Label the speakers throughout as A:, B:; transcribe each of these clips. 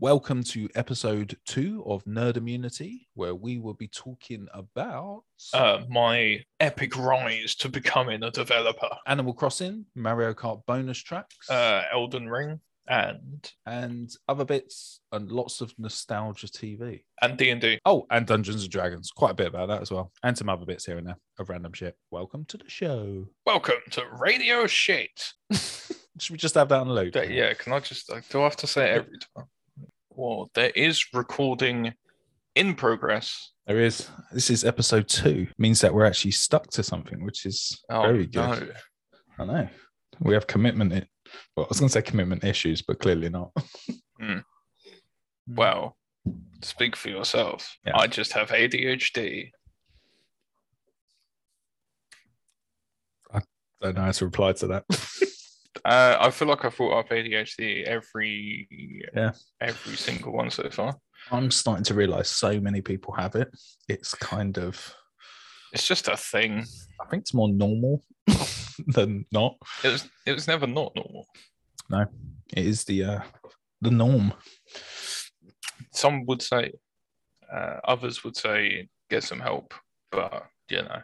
A: Welcome to episode two of Nerd Immunity, where we will be talking about
B: uh, my epic rise to becoming a developer,
A: Animal Crossing, Mario Kart bonus tracks,
B: uh, Elden Ring, and
A: and other bits, and lots of nostalgia TV.
B: and D and D.
A: Oh, and Dungeons and Dragons, quite a bit about that as well, and some other bits here and there of random shit. Welcome to the show.
B: Welcome to Radio Shit.
A: Should we just have that on loop?
B: That- yeah, can I just like, do I have to say it every time? Well, there is recording in progress.
A: There is. This is episode two. Means that we're actually stuck to something, which is
B: Oh
A: very good.
B: no!
A: I know. We have commitment. I- well, I was going to say commitment issues, but clearly not.
B: Well, speak for yourself.
A: Yeah.
B: I just have ADHD.
A: don't know how to reply to that.
B: Uh, I feel like I've brought up ADHD every
A: Yeah.
B: every single one so far.
A: I'm starting to realize so many people have it. It's kind of,
B: It's just a thing.
A: I think it's more normal than not.
B: It was it was never not normal.
A: It is the uh, the norm.
B: some would say, uh, others would say, get some help. But you know,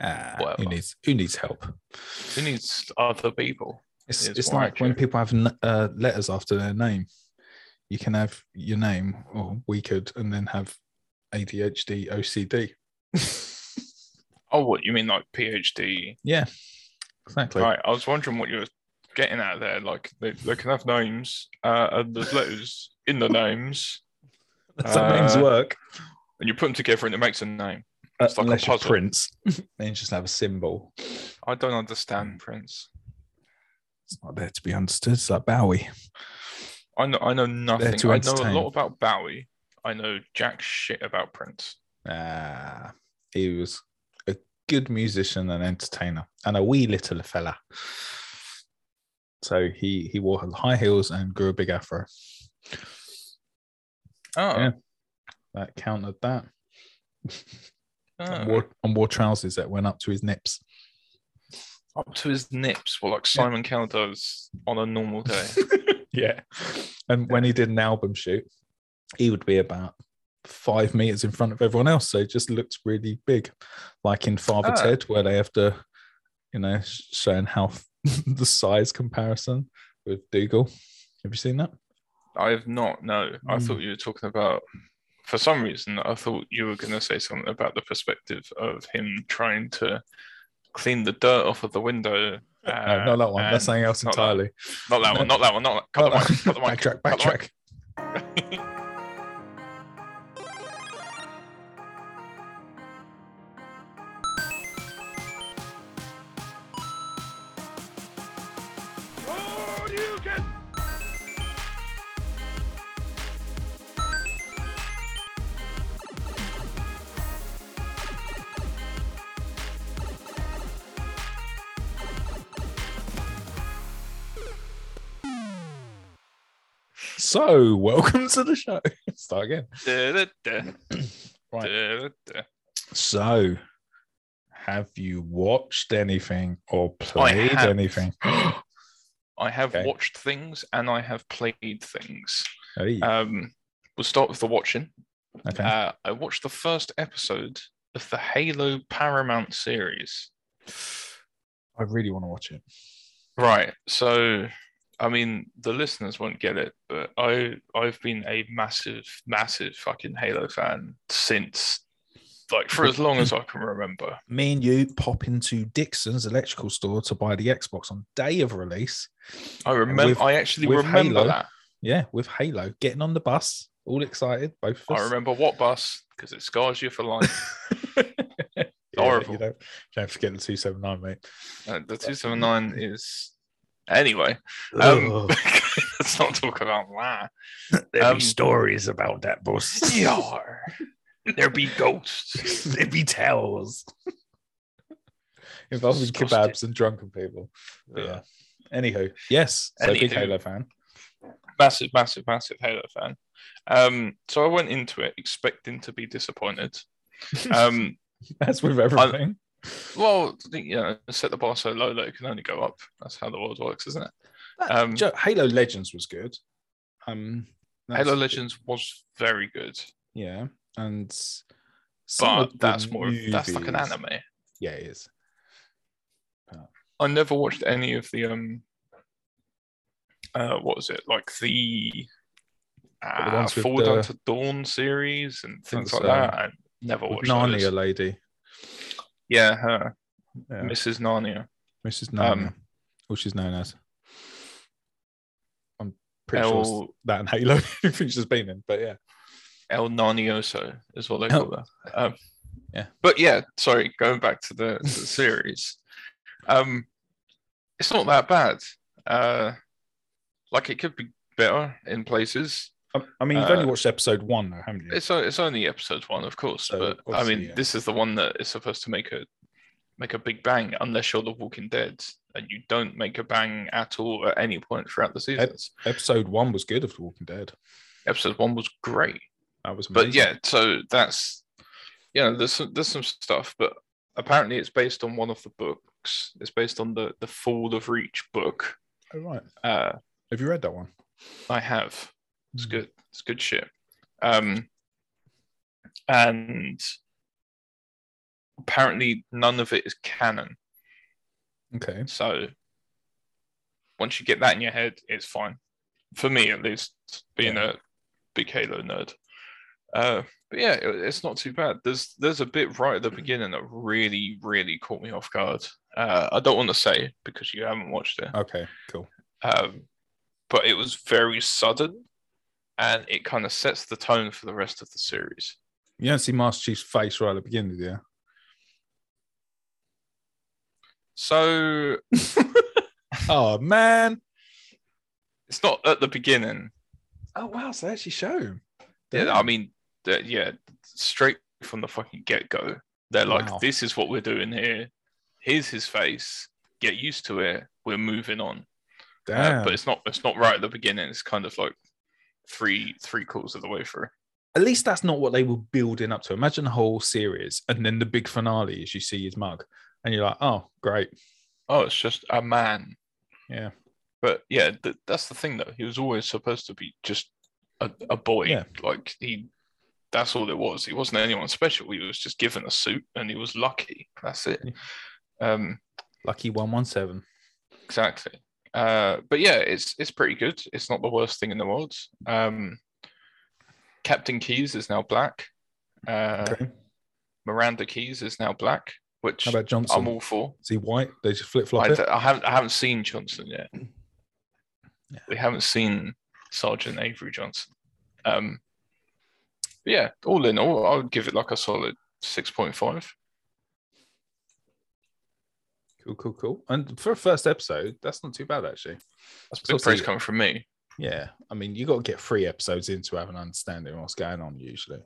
A: Ah, who
B: Whatever.
A: needs who needs help?
B: who needs other people?
A: It's
B: It's
A: it's,
B: more
A: like when
B: accurate.
A: people have n- uh, letters after their name. You can have your name, or we could, and then have ADHD, OCD.
B: Oh, what you mean like PhD?
A: yeah, exactly.
B: Right. I was wondering what you were getting at there. Like they, they can have names uh, and there's letters in the names,
A: Some names
B: Uh,
A: work.
B: and you put them together and it makes a name.
A: That's
B: It's like a
A: unless you're
B: puzzle.
A: Prince, then you just have a symbol. It's
B: I don't
A: Mm.
B: understand Prince.
A: not there to be understood. It's like Bowie.
B: I know I know nothing.
A: to
B: I know a
A: entertain.
B: lot about Bowie. I know jack shit about Prince.
A: Ah, he was a good musician and entertainer, and a wee little fella. So he he wore high heels and grew a big afro.
B: Oh,
A: Yeah. That countered that.
B: oh.
A: And, wore, and wore trousers that went up to his nips.
B: up to his nips, well, like
A: Yeah.
B: Simon Cowell does on a normal day.
A: yeah. And when he did an album shoot, he would be about five meters in front of everyone else. So it just looked really big, like in Father
B: Ah.
A: Ted, where they have to, you know, sh- showing how the size comparison with Dougal. Have you seen that?
B: I have not. No, I
A: Mm.
B: thought you were talking about. For some reason, I thought you were going to say something about the perspective of him trying to clean the dirt off of the window. uh,
A: no, not that one. That's
B: and-
A: something else
B: not that-
A: entirely.
B: Not that one. Not that one. Not that. Cut the mic. Cut the mic.
A: backtrack,
B: cut the mic.
A: backtrack. So, welcome to the show. Start again.
B: Da-da-da,
A: Right.
B: da-da-da.
A: So, have you watched anything or
B: I
A: played
B: have.
A: anything?
B: I have
A: Okay.
B: watched things and I have played things.
A: Hey,
B: Um, we'll start with the watching.
A: okay.
B: Uh, I watched the first episode of the Halo Paramount series.
A: I really want to watch it.
B: Right. So, I mean, the listeners won't get it, but I I've been a massive, massive fucking Halo fan since like for as long as I can remember.
A: Me and you pop into Dixon's electrical store to buy the Xbox on day of release.
B: I remember.
A: With-
B: I actually
A: with
B: remember
A: Halo,
B: that.
A: Yeah, with Halo, getting on the bus, all excited, both of
B: I
A: us.
B: remember what bus because it scars you for life.
A: Yeah,
B: Horrible.
A: You don't, don't forget the 279, mate.
B: Uh, the two seven nine is anyway. Um,
A: Ugh.
B: let's not talk about that.
A: There'd
B: um,
A: stories about that bus.
B: Yar. there be ghosts.
A: There'd be tales involving
B: Disgusting.
A: kebabs and drunken people. But
B: Yeah.
A: yeah. Anywho, yes. So big
B: Anywho.
A: Halo fan.
B: Massive, massive, massive Halo fan. Um, so I went into it expecting to be disappointed. Um,
A: As with everything.
B: well, you know, set the bar so low that it can only go up. That's how the world works, isn't it?
A: That-
B: Um,
A: Jo- Halo Legends was good. Um, That's-
B: Halo Legends was very good,
A: Yeah, and s- some
B: but
A: of the
B: that's more of- that's like an
A: movies-
B: anime.
A: Yeah, it is.
B: I never watched any of the um, uh, what was it like the, uh,
A: ones with
B: Forward
A: the-
B: Unto Dawn series and things
A: That's,
B: like
A: uh,
B: that. I never
A: With
B: watched
A: Narnia
B: those.
A: lady,
B: Yeah, her,
A: yeah.
B: Mrs. Narnia.
A: Mrs.
B: um,
A: Narnia, or she's known as. I'm pretty sure it's
B: El,
A: that in Halo she's been in, but yeah,
B: El Narnioso is what they
A: Oh.
B: call that. Um,
A: Yeah.
B: But yeah, sorry, going back to the, to the series, um, it's not that bad. Uh, like it could be better in places.
A: I, I mean, you've
B: Uh,
A: only watched episode one, though, haven't you?
B: It's o- it's only episode one, of course.
A: So,
B: but I
A: obviously,
B: mean,
A: yeah.
B: this is the one that is supposed to make a make a big bang, unless you're The Walking Dead and you don't make a bang at all at any point throughout the seasons.
A: Episode one was good of The Walking Dead.
B: Episode one was great.
A: That was, amazing.
B: but yeah, so that's you know, there's some, there's some stuff, but apparently it's based on one of the books. It's based on the the Fall of Reach book.
A: Oh, right.
B: Uh,
A: Have you read that one?
B: I have. It's
A: Hmm.
B: good. It's good shit. Um, and apparently none of it is canon.
A: Hmm, Okay.
B: So once you get that in your head, it's fine. For me, at least, being a big Halo nerd. Uh, but yeah, it- it's not too bad. There's there's a bit right at the beginning that really really caught me off guard. Uh, I don't want to say because you haven't watched it,
A: Okay. Cool.
B: um, but it was very sudden, and it kind of sets the tone for the rest of the series.
A: You don't see Master Chief's face right at the beginning, do you?
B: So
A: oh man.
B: it's not at the beginning.
A: Oh wow. So they actually show him.
B: Yeah,
A: Damn.
B: I mean, that- yeah, straight from the fucking get go, they're like,
A: Wow.
B: "This is what we're doing here. Here's his face. Get used to it. We're moving on." Uh,
A: Damn.
B: but it's not. It's not right at the beginning. It's kind of like three three quarters of the way through.
A: at least that's not what they were building up to. Imagine the whole series, and then the big finale is you see his mug, and you're like, oh great.
B: Oh, it's just a man.
A: Yeah.
B: But yeah, th- that's the thing though. He was always supposed to be just a, a boy.
A: Yeah.
B: Like he. That's all it was. He wasn't anyone special. He was just given a suit, and he was lucky. That's it. Um,
A: Lucky one one seven.
B: Exactly. Uh, but yeah, it's it's pretty good. It's not the worst thing in the world. Um, Captain Keys is now black. Uh,
A: Okay.
B: Miranda Keys is now black, which
A: How about Johnson?
B: I'm all for.
A: is he white? They just flip flop
B: I,
A: it.
B: d- I haven't I haven't seen Johnson yet.
A: Yeah.
B: We haven't seen Sergeant Avery Johnson. Um, but yeah, all in all, I would give it like a solid six point five.
A: Cool, cool, cool. And for a first episode, that's not too bad actually.
B: That's
A: So
B: big praise
A: see-
B: coming from me.
A: Yeah, I mean, you got to get three episodes in to have an understanding of what's going on usually.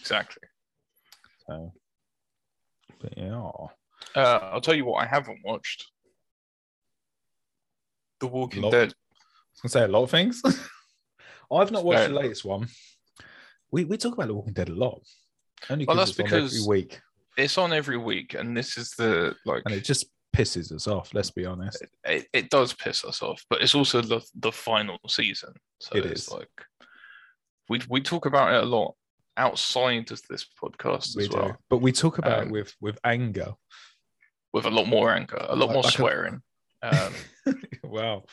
B: Exactly.
A: So, but yeah, aw.
B: Uh, I'll tell you what I haven't watched. The Walking
A: Lot.
B: Dead.
A: I was gonna say a lot of things. I've not watched
B: Fair
A: the
B: enough.
A: latest one. We we talk about The Walking Dead a lot, only
B: Well,
A: because
B: that's
A: it's on every
B: because-
A: week,
B: It's on every week, and this is the like
A: and it
B: it,
A: just pisses us off. Let's be honest.
B: it, does piss us off, but it's also the the final season. So
A: It
B: it's
A: is.
B: like we we talk about it a lot outside of this podcast
A: We
B: as well,
A: do, but we talk about it
B: Um,
A: with with anger.
B: with a lot more anger, a lot
A: Like-
B: more
A: like a-
B: swearing, um,
A: wow,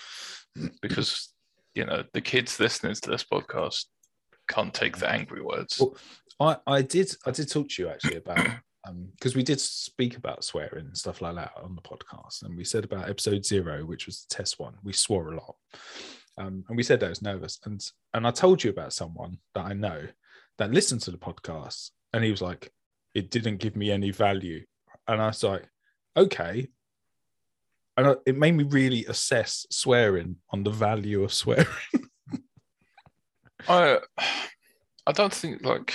B: because you know the kids listening to this podcast can't take the angry words.
A: Well, I I did I did talk to you actually about um because we did speak about swearing and stuff like that on the podcast, and we said about episode zero, which was the test one. We swore a lot, um, and we said that I was nervous, and and I told you about someone that I know that listened to the podcast, and he was like, it didn't give me any value, and I was like, okay. And I- it made me really assess swearing on the value of swearing.
B: I I don't think like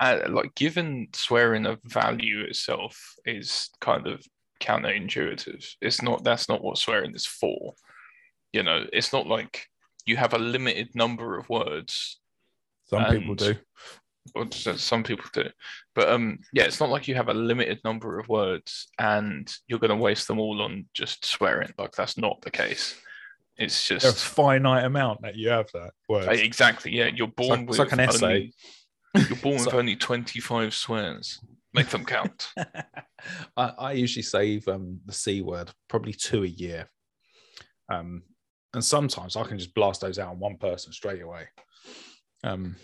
B: uh, like given swearing a value itself is kind of counterintuitive. It's not that's not what swearing is for. You know, it's not like you have a limited number of words.
A: Some people
B: And-
A: do.
B: Or s- some people do, but um, yeah, it's not like you have a limited number of words and you're going to waste them all on just swearing. Like that's not the case. It's
A: There's a
B: just
A: finite amount that you have that word.
B: exactly yeah. You're born
A: like-
B: with
A: it's like an essay.
B: only- you're born
A: It's
B: with
A: like-
B: only twenty five swears. Make them count.
A: I, I usually save um, the C word probably two a year. Um, and sometimes I can just blast those out on one person straight away. Um,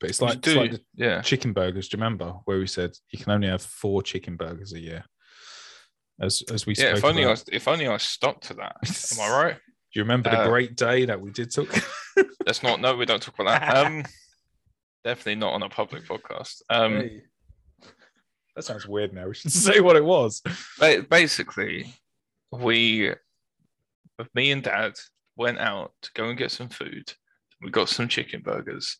A: but it's like,
B: You
A: it's
B: do,
A: like the
B: yeah.
A: chicken burgers. Do you remember where we said you can only have four chicken burgers a year? As, as we
B: Yeah, if
A: spoke
B: only I
A: about.
B: if only I stuck to that. Am I right?
A: Do you remember the
B: Uh,
A: great day that we did talk?
B: Let's not. No, we don't talk about that. Um, definitely not on a public podcast. Um,
A: Hey. That sounds weird now. We should say what it was.
B: ba- basically, we, me and Dad, went out to go and get some food. We got some chicken burgers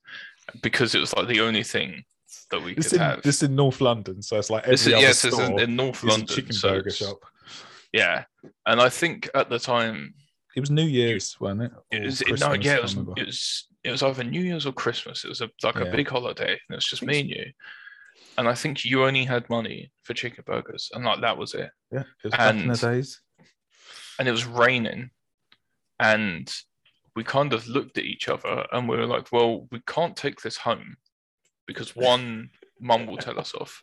B: because it was like the only thing that we
A: This
B: could
A: in,
B: have.
A: this in North London, so it's like every
B: This is,
A: other
B: yes, it's
A: store
B: in, in North
A: is
B: London.
A: a chicken
B: so
A: burger
B: it's-
A: shop.
B: Yeah, and I think at the time
A: It was New Year's, wasn't it?
B: it
A: Or
B: was it, no,
A: Christmas,
B: yeah,
A: I
B: it was,
A: remember.
B: it was it was either New Year's or Christmas. It was a, like
A: Yeah.
B: a big holiday, and it was just
A: think
B: me and you. And I think you only had money for chicken burgers, and like that was it.
A: yeah, it was back in the
B: and-
A: days.
B: and it was raining and we kind of looked at each other and we were like well we can't take this home because one mum will tell us off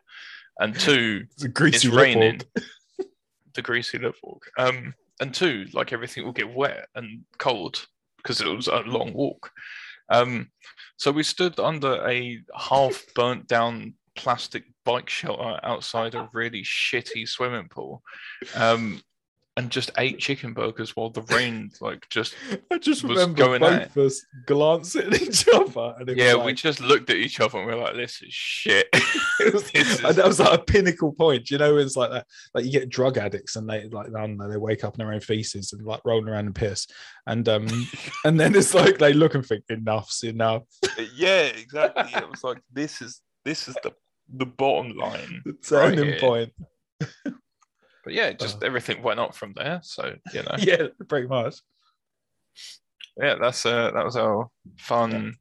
B: and two
A: It's a greasy
B: it's
A: lip
B: raining
A: walk.
B: the greasy lip walk um and two like everything will get wet and cold because it was a long walk um so we stood under a half burnt down plastic bike shelter outside a really shitty swimming pool um and just ate chicken burgers while the rain like just
A: I just
B: was
A: remember
B: going at
A: both of us glancing at each other, and it
B: yeah we
A: was
B: just looked at each other and we are like this is shit
A: like, it was,
B: this
A: and
B: is-
A: that was like a pinnacle point. You know, it's like that. Like you get drug addicts, and they like I don't know, they wake up in their own feces and like rolling around and piss, and um, and then it's like they look and think enough's enough.
B: yeah exactly it was like this is this is the the bottom line
A: The turning
B: here.
A: point.
B: but yeah just
A: Uh.
B: everything went up from there so you know
A: Yeah, pretty much.
B: yeah that's uh that was our fun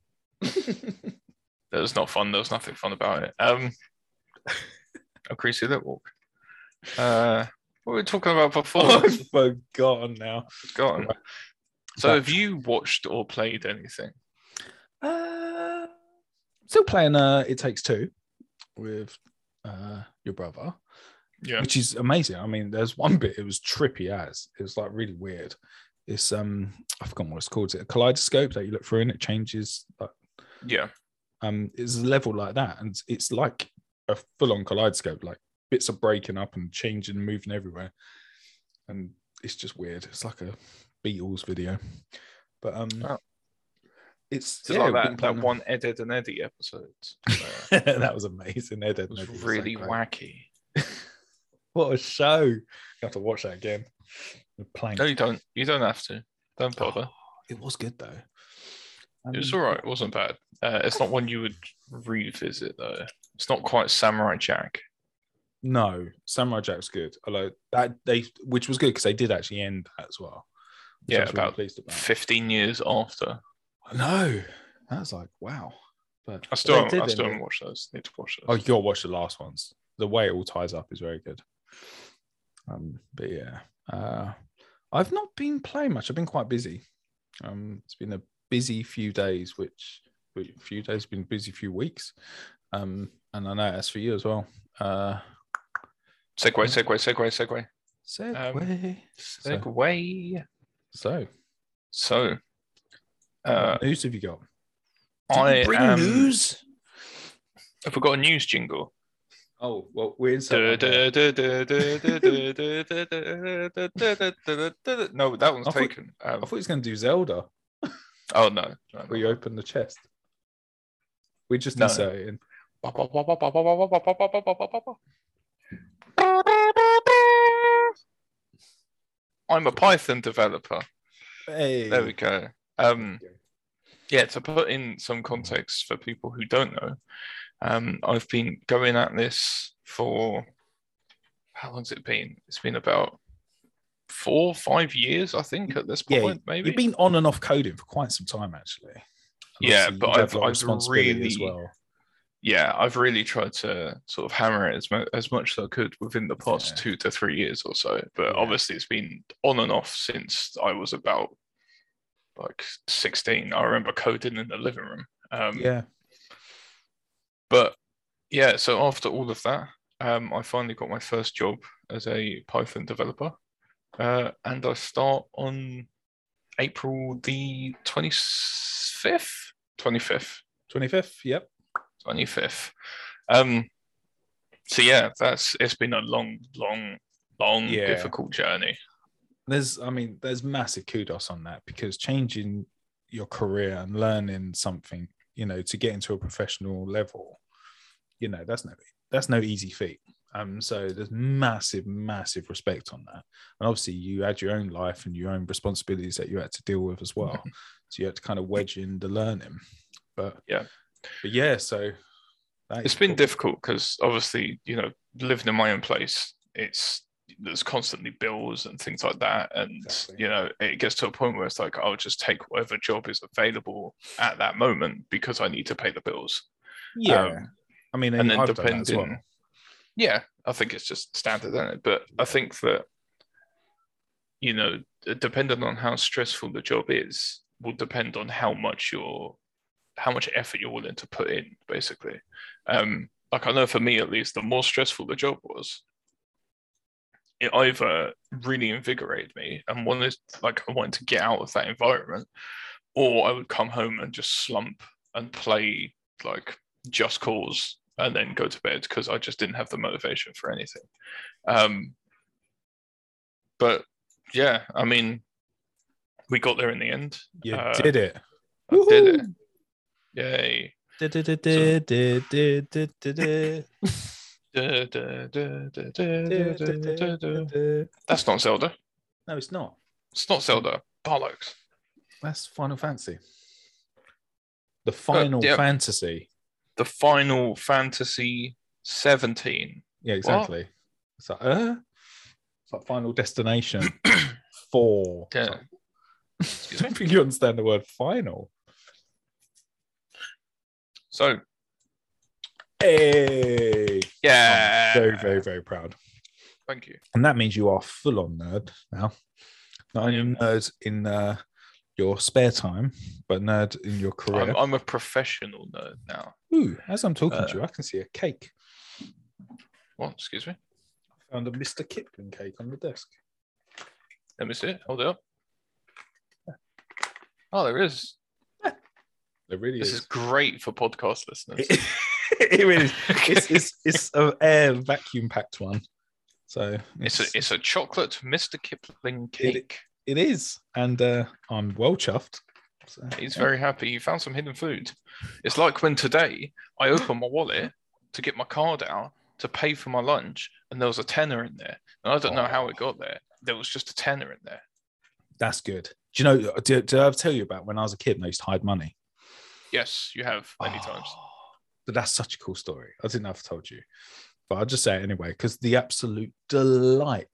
B: that was not fun there was nothing fun about it um a greasy lip walk uh what were we talking about before
A: I've forgotten now.
B: forgotten. So, have you watched or played anything?
A: Uh, still playing uh It Takes Two with uh your brother,
B: Yeah.
A: which is amazing. I mean, there's one bit it was trippy as it was like really weird. It's um I've forgotten what it's called. Is it a kaleidoscope that you look through and it changes like
B: Yeah.
A: um it's a level like that and it's like a full-on kaleidoscope, like bits are breaking up and changing and moving everywhere. And it's just weird. It's like a Beatles video. But um
B: Oh.
A: it's
B: It's
A: yeah, we've
B: like
A: been
B: that, that
A: playing-
B: one Ed, Ed and Eddie episode. Uh, it
A: that was amazing. Ed, Ed,
B: was
A: Ed, it was so
B: really
A: great.
B: wacky.
A: What a show! You have to watch that again. The plank.
B: No, you don't. You don't have to. Don't
A: Oh,
B: bother.
A: It was good though. Um,
B: It was all right. It wasn't bad. Uh, it's not one you would revisit though. It's not quite Samurai Jack.
A: No, Samurai Jack's good. Although that they, which was good because they did actually end that as well. which I
B: Yeah,
A: was really
B: about
A: pleased about.
B: Fifteen years after,
A: No, that's like wow. But
B: I
A: but
B: still,
A: they
B: haven't-
A: did
B: I
A: end
B: still
A: it.
B: haven't watched those. Need to watch
A: Oh,
B: those.
A: you gotta watch the last ones. The way it all ties up is very good. Um, but yeah, uh, I've not been playing much. I've been quite busy. Um, it's been a busy few days, which which few days been busy few weeks. Um, and I know that's for you as well. Uh,
B: Segway, segway, segway, segway,
A: segue. so,
B: Um, segway.
A: so
B: So, uh,
A: what news have you got?
B: I am-
A: news.
B: have we got a news jingle?
A: Oh well, we're inside.
B: No, that
A: I
B: one's
A: thought-
B: taken.
A: I
B: Um,
A: thought he was going to do Zelda.
B: Oh no. no,
A: Where you open the chest. We just
B: No.
A: insert it in.
B: no. I'm a Python developer.
A: Hey.
B: There we go. Um, yeah, to put in some context for people who don't know, um, I've been going at this for how long's it been? It's been about four, five years, I think, at this
A: Yeah,
B: point, maybe.
A: You've been on and off coding for quite some time, actually. And
B: Yeah,
A: obviously
B: but
A: you have
B: I've-
A: a lot of
B: I've
A: responsibility as
B: really-
A: well.
B: yeah, I've really tried to sort of hammer it as, mu- as much as I could within the past
A: Yeah.
B: two to three years or so. But
A: Yeah.
B: obviously, it's been on and off since I was about like 16. I remember coding in the living room. Um,
A: Yeah.
B: But yeah, so after all of that, um, I finally got my first job as a Python developer. Uh, and I start on April the 25th? 25th.
A: 25th. Yep.
B: 25th. Um, so yeah, that's it's been a long, long, long,
A: Yeah.
B: difficult journey.
A: There's, I mean, there's massive kudos on that because changing your career and learning something, you know, to get into a professional level, you know, that's no, that's no easy feat. Um, so there's massive, massive respect on that. And obviously, you had your own life and your own responsibilities that you had to deal with as well. so you had to kind of wedge in the learning. But
B: Yeah.
A: but yeah, so that
B: It's
A: is
B: been
A: cool.
B: difficult because obviously, you know, living in my own place, it's there's constantly bills and things like that, and
A: Exactly.
B: you know, it gets to a point where it's like I'll just take whatever job is available at that moment because I need to pay the bills.
A: Yeah,
B: Um,
A: I mean,
B: and then
A: I've done that as
B: depending,
A: well.
B: yeah, I think it's just standard, isn't it? But I think that you know, depending on how stressful the job is, will depend on how much you're, how much effort you're willing to put in, basically. Um, like I know for me at least, the more stressful the job was, it either really invigorated me and wanted like I wanted to get out of that environment, or I would come home and just slump and play like just cause and then go to bed because I just didn't have the motivation for anything. Um, but yeah, I mean, we got there in the end.
A: You
B: uh,
A: did it.
B: I did it.
A: Woohoo!
B: Yay.
A: That's
B: Da, da, da, da, da, da, da, da, da. That's not Zelda.
A: No, it's not.
B: It's not Zelda. Bollocks.
A: That's Final Fantasy. The Final
B: Uh, yeah.
A: Fantasy.
B: The Final Fantasy 17.
A: Yeah, exactly. It's like, uh, it's like Final Destination Four. It's
B: Yeah.
A: like- I don't think you understand the word final.
B: So,
A: Hey,
B: yeah.
A: I'm very, very, very proud.
B: Thank you.
A: And that means you are full on nerd now. Not only
B: am.
A: nerd in uh, your spare time, but nerd in your career.
B: I'm, I'm a professional nerd now.
A: Ooh, as I'm talking
B: Uh,
A: to you, I can see a cake.
B: What? Excuse me.
A: I found a Mr. Kipling cake on the desk.
B: Let me see it. Hold it up. Oh, there is.
A: It really
B: This is great for podcast listeners.
A: It, it really is. It's, it's, it's a air vacuum packed one. So
B: It's a it's a chocolate Mr. Kipling cake.
A: it is. And uh, I'm well chuffed. So,
B: He's
A: yeah.
B: very happy. He found some hidden food. It's like when today I opened my wallet to get my card out to pay for my lunch, and there was a tenner in there, and I don't know how it got there. There was just a tenner in there.
A: That's good. Do you know, did, did I tell you about when I was a kid and I used to hide money?
B: Yes, you have many times.
A: Oh, But that's such a cool story. I didn't know if I told you, but I'll just say it anyway because the absolute delight.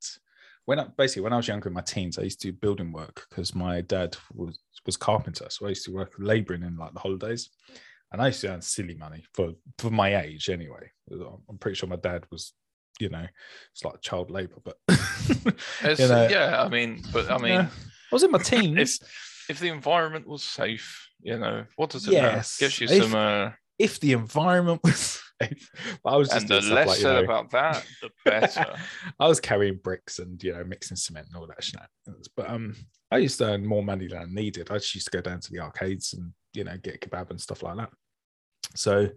A: When I, basically when I was younger in my teens, I used to do building work because my dad was was carpenter, so I used to work labouring in like the holidays, and I used to earn silly money for for my age anyway. I'm pretty sure my dad was, you know, it's like child labour, but
B: It's-
A: you know,
B: yeah, I mean, but I mean,
A: yeah. I was in my teens.
B: if the environment was safe, you know, what does it
A: Yes,
B: matter? Gives you
A: if-
B: some. Uh,
A: if the environment was safe, but I was just
B: and the
A: doing stuff
B: less
A: like, you
B: said
A: know,
B: about that, the better.
A: I was carrying bricks and you know mixing cement and all that shit. But um, I used to earn more money than I needed. I just used to go down to the arcades and you know get a kebab and stuff like that. So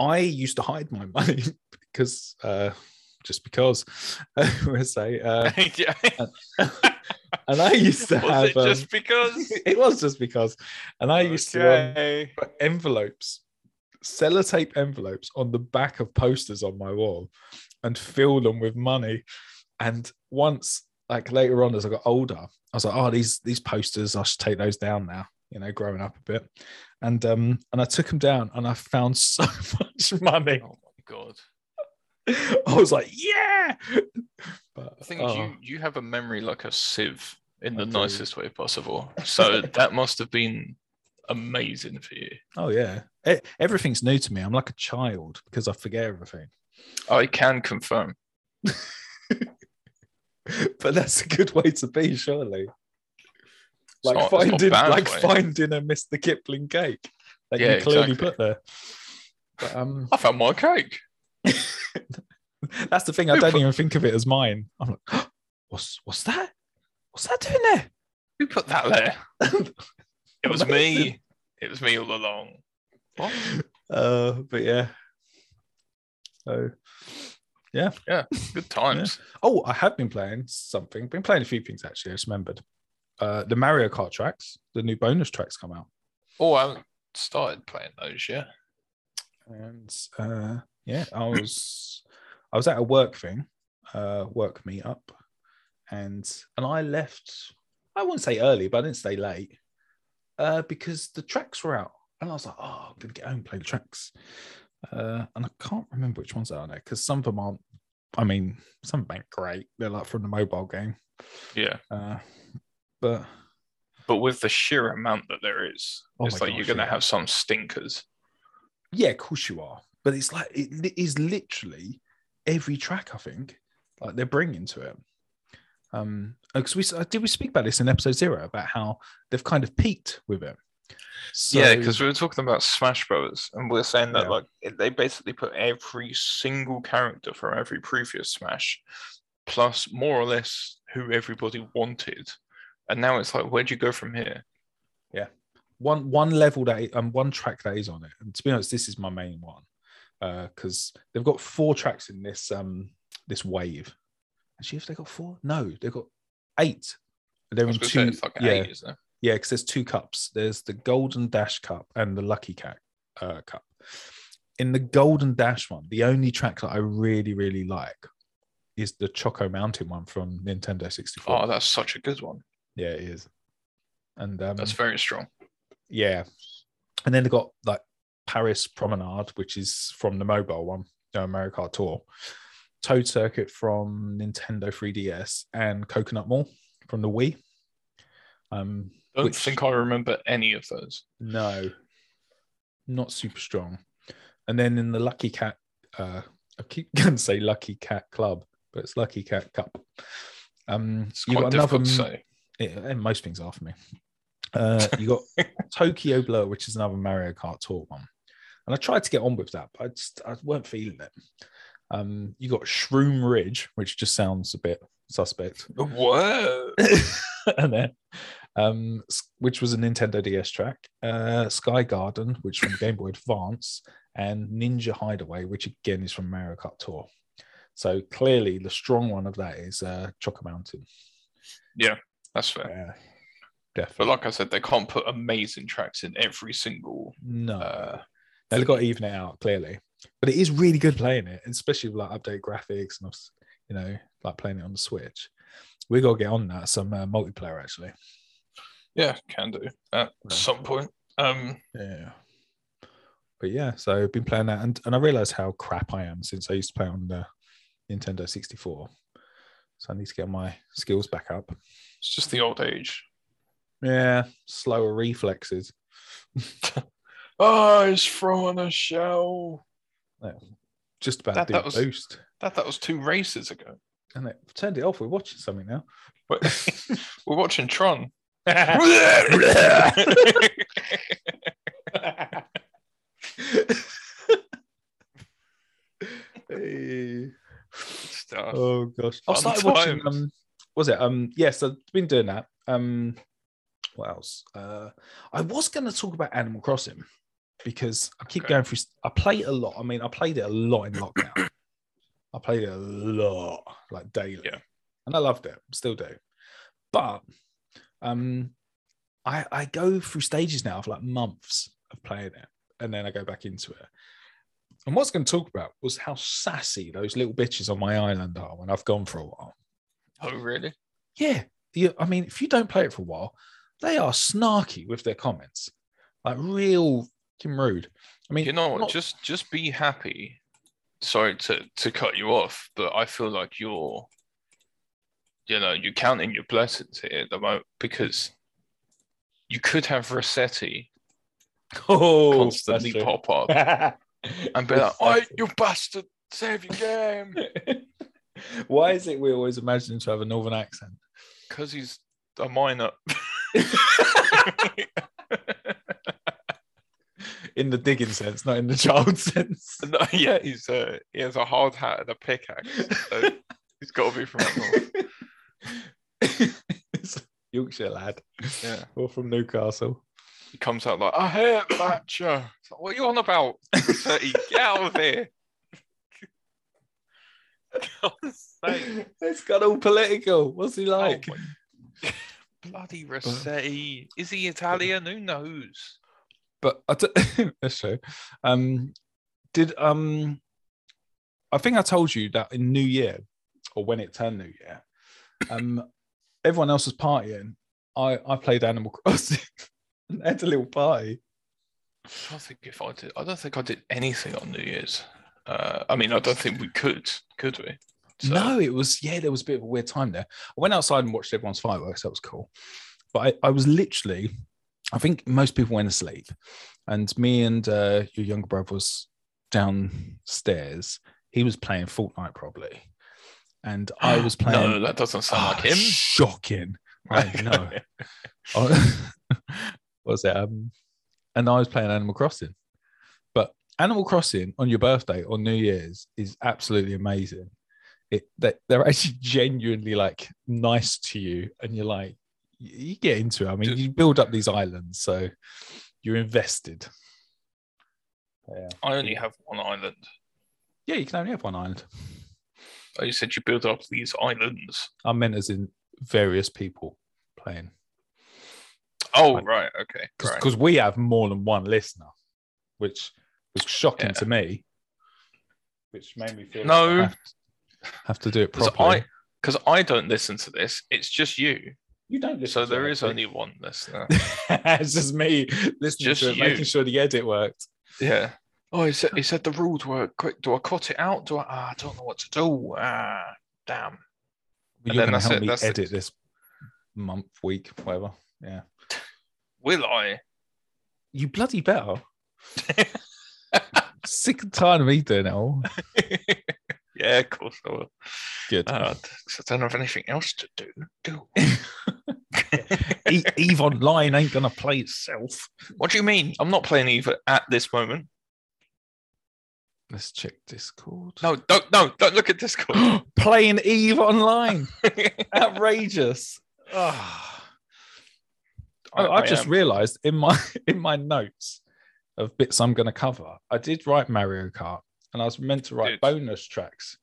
A: I used to hide my money because uh, just because I would say, uh,
B: yeah.
A: and I used to
B: Was
A: have
B: it just because?
A: um, it was just because, and I used to um,
B: Okay.
A: put envelopes, sellotape envelopes on the back of posters on my wall and fill them with money. And once, like later on, as I got older, I was like, oh, these these posters, I should take those down now, you know, growing up a bit. And um, and I took them down and I found so much money.
B: Oh my god!
A: I was like, yeah. But
B: I think
A: oh,
B: you you have a memory like a sieve in
A: I
B: the
A: do.
B: nicest way possible. So that must have been amazing for you.
A: oh yeah. E- everything's new to me. I'm like a child because I forget everything.
B: I can confirm.
A: but that's a good way to be, surely. like
B: not- it's not
A: finding
B: banned,
A: like
B: mate.
A: finding a Mr. Kipling cake that
B: Yeah,
A: you clearly
B: exactly.
A: put there. But um,
B: I found my cake.
A: that's the thing. I
B: Who
A: don't
B: put-
A: even think of it as mine. I'm like, what's what's that? What's that doing there?
B: Who put that there? It was
A: Amazing.
B: me. It was me all along. What?
A: Uh, but yeah. So
B: Good times.
A: oh, I have been playing something. Been playing a few things actually. I just remembered. Uh, the Mario Kart tracks, the new bonus tracks come out,
B: Oh, I haven't started playing those yet.
A: and uh, yeah, I was I was at a work thing, uh, work meetup, and and I left. I wouldn't say early, but I didn't stay late uh, because the tracks were out, and I was like, oh, I'm gonna get home and play the tracks. Uh, and I can't remember which ones they are now because some of them aren't. I mean, some of them ain't great. They're like from the mobile game.
B: Yeah.
A: Uh, but
B: But with the sheer amount that there is,
A: Oh
B: it's
A: my
B: like you're
A: gosh,
B: going to
A: yeah.
B: have some stinkers.
A: yeah, of course you are. But it's like it li- is literally every track. I think like they're bringing to it. Um, because we s- uh, did we speak about this in episode zero about how they've kind of peaked with it. So,
B: yeah, because we were talking about Smash Brothers, and we are saying that
A: Yeah.
B: like it- they basically put every single character from every previous Smash, plus more or less who everybody wanted, and now it's like, where do you go from here?
A: one one level that and um, one track that is on it. And to be honest, this is my main one because they've got four tracks in this um this wave. Actually, have they got four? No, they've got eight. They're
B: I was
A: in
B: gonna say
A: two.
B: it's like
A: yeah,
B: eight, isn't it?
A: Yeah, because there's two cups. There's the Golden Dash Cup and the Lucky Cat uh, Cup. In the Golden Dash one, the only track that I really, really like is the Choco Mountain one from Nintendo 64.
B: Oh, that's such a good one.
A: yeah, it is. And um,
B: That's very strong.
A: yeah. And then they got like Paris Promenade, which is from the mobile one, uh, Mario Kart Tour, Toad Circuit from Nintendo 3DS, and Coconut Mall from the Wii. Um,
B: Don't
A: which-
B: think I remember any of those.
A: No, not super strong. And then in the Lucky Cat, uh, I keep going to say Lucky Cat Club, but it's Lucky Cat Cup. Um,
B: It's
A: you
B: quite
A: got another.
B: difficult to say.
A: yeah, and most things are for me. Uh, you got Tokyo Blur, which is another Mario Kart Tour one, and I tried to get on with that, but I just I weren't feeling it. Um, you got Shroom Ridge, which just sounds a bit suspect
B: Whoa!
A: and then um s- which was a nintendo ds track uh sky garden which from game boy advance and ninja hideaway which again is from mario kart tour so clearly the strong one of that is uh choco mountain
B: That's fair.
A: yeah
B: But
A: definitely
B: like I said, they can't put amazing tracks in every single.
A: no
B: Uh,
A: they've got to even it out clearly but it is really good playing it especially with like update graphics and obs- you know like playing it on the switch we gotta get on that some uh, multiplayer actually
B: yeah, can do at
A: Yeah.
B: some point. Um,
A: Yeah. But yeah, so I've been playing that and, and I realized how crap I am since I used to play on the Nintendo 64. So I need to get my skills back up.
B: it's just the old age.
A: Yeah, slower reflexes.
B: Oh, he's throwing a shell.
A: Just about
B: That-
A: do
B: that was-
A: boost.
B: That that was two races ago.
A: And it turned it off. We're watching something now.
B: We're, we're watching Tron.
A: Hey.
B: Stuff.
A: Oh gosh. I
B: Fun
A: started watching
B: times.
A: um was it? Um yes, I've been doing that. Um what else? Uh I was gonna talk about Animal Crossing because I keep
B: Okay.
A: going through I play it a lot. I mean I played it a lot in lockdown. I played it a lot, like daily.
B: Yeah.
A: And I loved it, still do. But um I I go through stages now of like months of playing it and then I go back into it. And what's going to talk about was how sassy those little bitches on my island are when I've gone for a while.
B: Oh, really?
A: Yeah, you, I mean, if you don't play it for a while, they are snarky with their comments, like real fucking rude. I mean,
B: You know what?
A: not-
B: Just just be happy. Sorry to to cut you off, but I feel like you're, you know, you're counting your blessings here at the moment because you could have Rossetti
A: oh,
B: constantly pop up and be like, "Oh, you bastard, save your game,"
A: Why is it we always imagine him to have a northern accent?
B: because he's a minor.
A: in the digging sense, not in the child sense.
B: No, yeah, he's uh, he has a hard hat and a pickaxe. So he's got to be from up north.
A: It's a Yorkshire lad,
B: Yeah.
A: or from Newcastle.
B: He comes out like, I hate Thatcher. It's like, what are you on about? 30, get out of here. Oh, God's sake.
A: It's got all political. What's he
B: Oh
A: like?
B: my- Bloody Rossetti. Is he Italian? Who knows?
A: but I t- that's true. Um, did um, I think I told you that in New Year or when it turned New Year, um, everyone else was partying. I I played Animal Crossing and had a little party.
B: I don't think if I did, I don't think I did anything on New Year's. Uh, I mean, I don't think we could, could we? So-
A: No, it was yeah, there was a bit of a weird time there. I went outside and watched everyone's fireworks. That was cool, but I, I was literally, I think most people went to sleep, and me and uh, your younger brother was downstairs. He was playing Fortnite probably, and I was playing.
B: No, that doesn't sound
A: Ah,
B: like him.
A: Shocking. I know. I- Oh, what was it? Um, and I was playing Animal Crossing. But Animal Crossing on your birthday on New Year's is absolutely amazing. It they, they're actually genuinely like nice to you, and you're like you you get into it. I mean,
B: Just-
A: you build up these islands, so you're invested. Yeah,
B: I only have one island.
A: yeah, you can only have one island.
B: Oh, you said you build up these islands.
A: I meant as in various people playing
B: Oh,
A: Right.
B: right. Okay. Right.
A: because we have more than one listener, which was shocking
B: Yeah.
A: to me. Which made me feel
B: No.
A: like I have, have to do it
B: Because
A: properly.
B: I, because I don't listen to this. It's just you.
A: you don't listen.
B: So
A: to
B: there
A: it,
B: is
A: do you?
B: only one listener.
A: it's just me listening
B: Just
A: to it,
B: you.
A: making sure the edit worked.
B: yeah. Oh, he said he said the rules were quick. Do I cut it out? Do I? Ah, I don't know what to do. Ah, damn. And
A: You're
B: then
A: going to
B: that's
A: help
B: it,
A: me
B: that's it.
A: edit this month, week, whatever. Yeah,
B: Will I?
A: you bloody better. Sick and tired of me doing it all.
B: Yeah, of course I will.
A: Good.
B: Uh, 'cause I don't have anything else to do. Do.
A: E- Eve Online ain't going to play itself.
B: what do you mean? I'm not playing either at this moment.
A: Let's check Discord.
B: No, don't, no, don't look at Discord.
A: Playing Eve Online. outrageous. I, Ah, I just
B: am-
A: realised in my in my notes of bits I'm going to cover, I did write Mario Kart, and I was meant to write
B: Dude.
A: bonus tracks.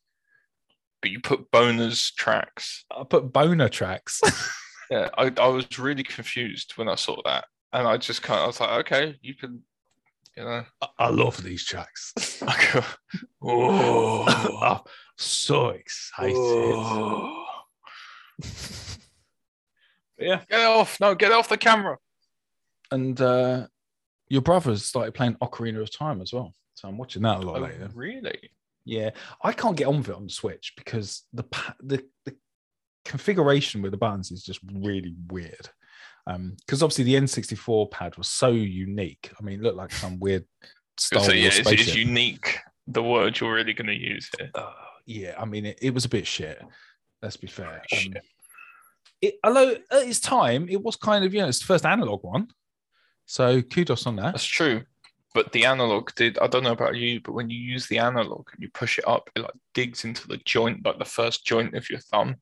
B: but you put bonus tracks.
A: I put boner tracks.
B: Yeah, I, I was really confused when I saw that, and I just kind of I was like, okay, you can, you know,
A: I- I love these tracks.
B: I go, oh,
A: I'm so excited.
B: oh.
A: Yeah,
B: get off! No, get off the camera.
A: and uh, your brother's started playing Ocarina of Time as well, so I'm watching that a lot
B: Oh,
A: later.
B: really?
A: Yeah, I can't get on with it on the Switch because the pa- the, the configuration with the buttons is just really weird. Um, because obviously the N64 pad was so unique. I mean, it looked like some weird Star
B: So
A: Wars
B: yeah, it's, it's
A: spaceship.
B: unique. The word you're really going to use here.
A: Uh, yeah, I mean, it, it was a bit shit. Let's be fair. Um,
B: Oh, Shit.
A: it, although at its time, it was kind of you know it's the first analog one, so kudos on that.
B: That's true. But the analog did. I don't know about you, but when you use the analog and you push it up, it like digs into the joint, like the first joint of your thumb,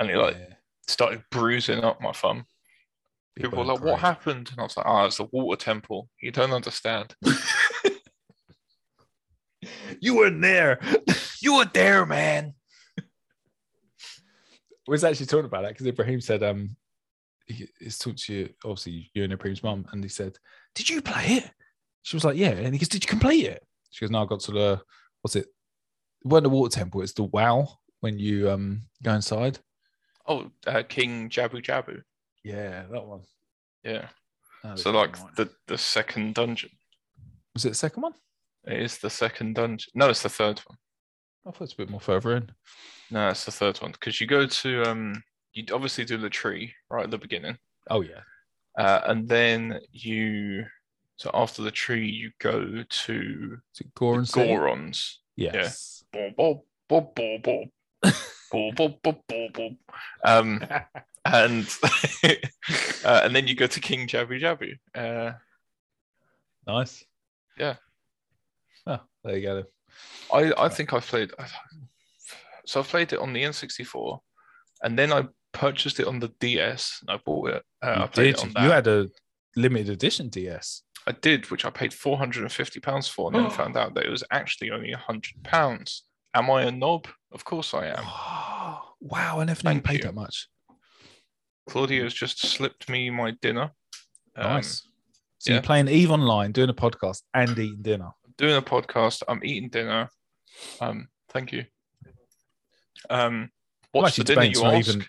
B: and it like
A: Yeah,
B: started bruising up my thumb.
A: it
B: People were
A: weren't
B: like, "What
A: great.
B: happened?" And I was like, "Ah, it's the water temple. You don't understand.
A: You weren't there.
B: you were there, man."
A: We was actually talking about that because Ibrahim said, um, he, he's talked to you, obviously, you and Ibrahim's mum, and he said, Did you play it? She was like, Yeah. And he goes, Did you complete it? She goes, No, I got to the, what's it? It weren't the water temple, it's the wow when you um go inside.
B: Oh, uh, King Jabu Jabu.
A: Yeah, that one.
B: Yeah.
A: That was
B: So
A: the
B: like
A: one.
B: the the second dungeon.
A: was it the second one?
B: It is the second dungeon. No, it's the third one.
A: I thought it's a bit more further in.
B: No, it's the third one because you go to um, you obviously do the tree right at the beginning.
A: Oh, yeah.
B: Uh, and then you, so after the tree, you go to
A: Is it
B: the
A: Goron? City?
B: Gorons.
A: Yes.
B: Bob, bob, bob, bob, bob. Boop, boop, boop, boop, boop. Um, and uh, and then you go to King Jabu Jabu. Uh,
A: Nice.
B: Yeah.
A: Oh, there you go.
B: I I think I've played. So I played it on the N64, and then I purchased it on the DS. And I bought it. Uh, I
A: you
B: played
A: did.
B: it on that.
A: You had a limited edition DS.
B: I did, which I paid four hundred and fifty pounds for, and then found out that it was actually only hundred pounds. Am I a knob? Of course I am.
A: Oh, wow, I never knew you
B: Thank
A: paid
B: you.
A: that much.
B: Claudio's just slipped me my dinner. Um,
A: Nice. So
B: yeah.
A: you're playing Eve Online, doing a podcast, and eating dinner.
B: doing a podcast. I'm eating dinner. Um, thank you. Um,
A: I'm
B: what's the
A: actually
B: dinner
A: debating
B: you
A: to not
B: ask?
A: even-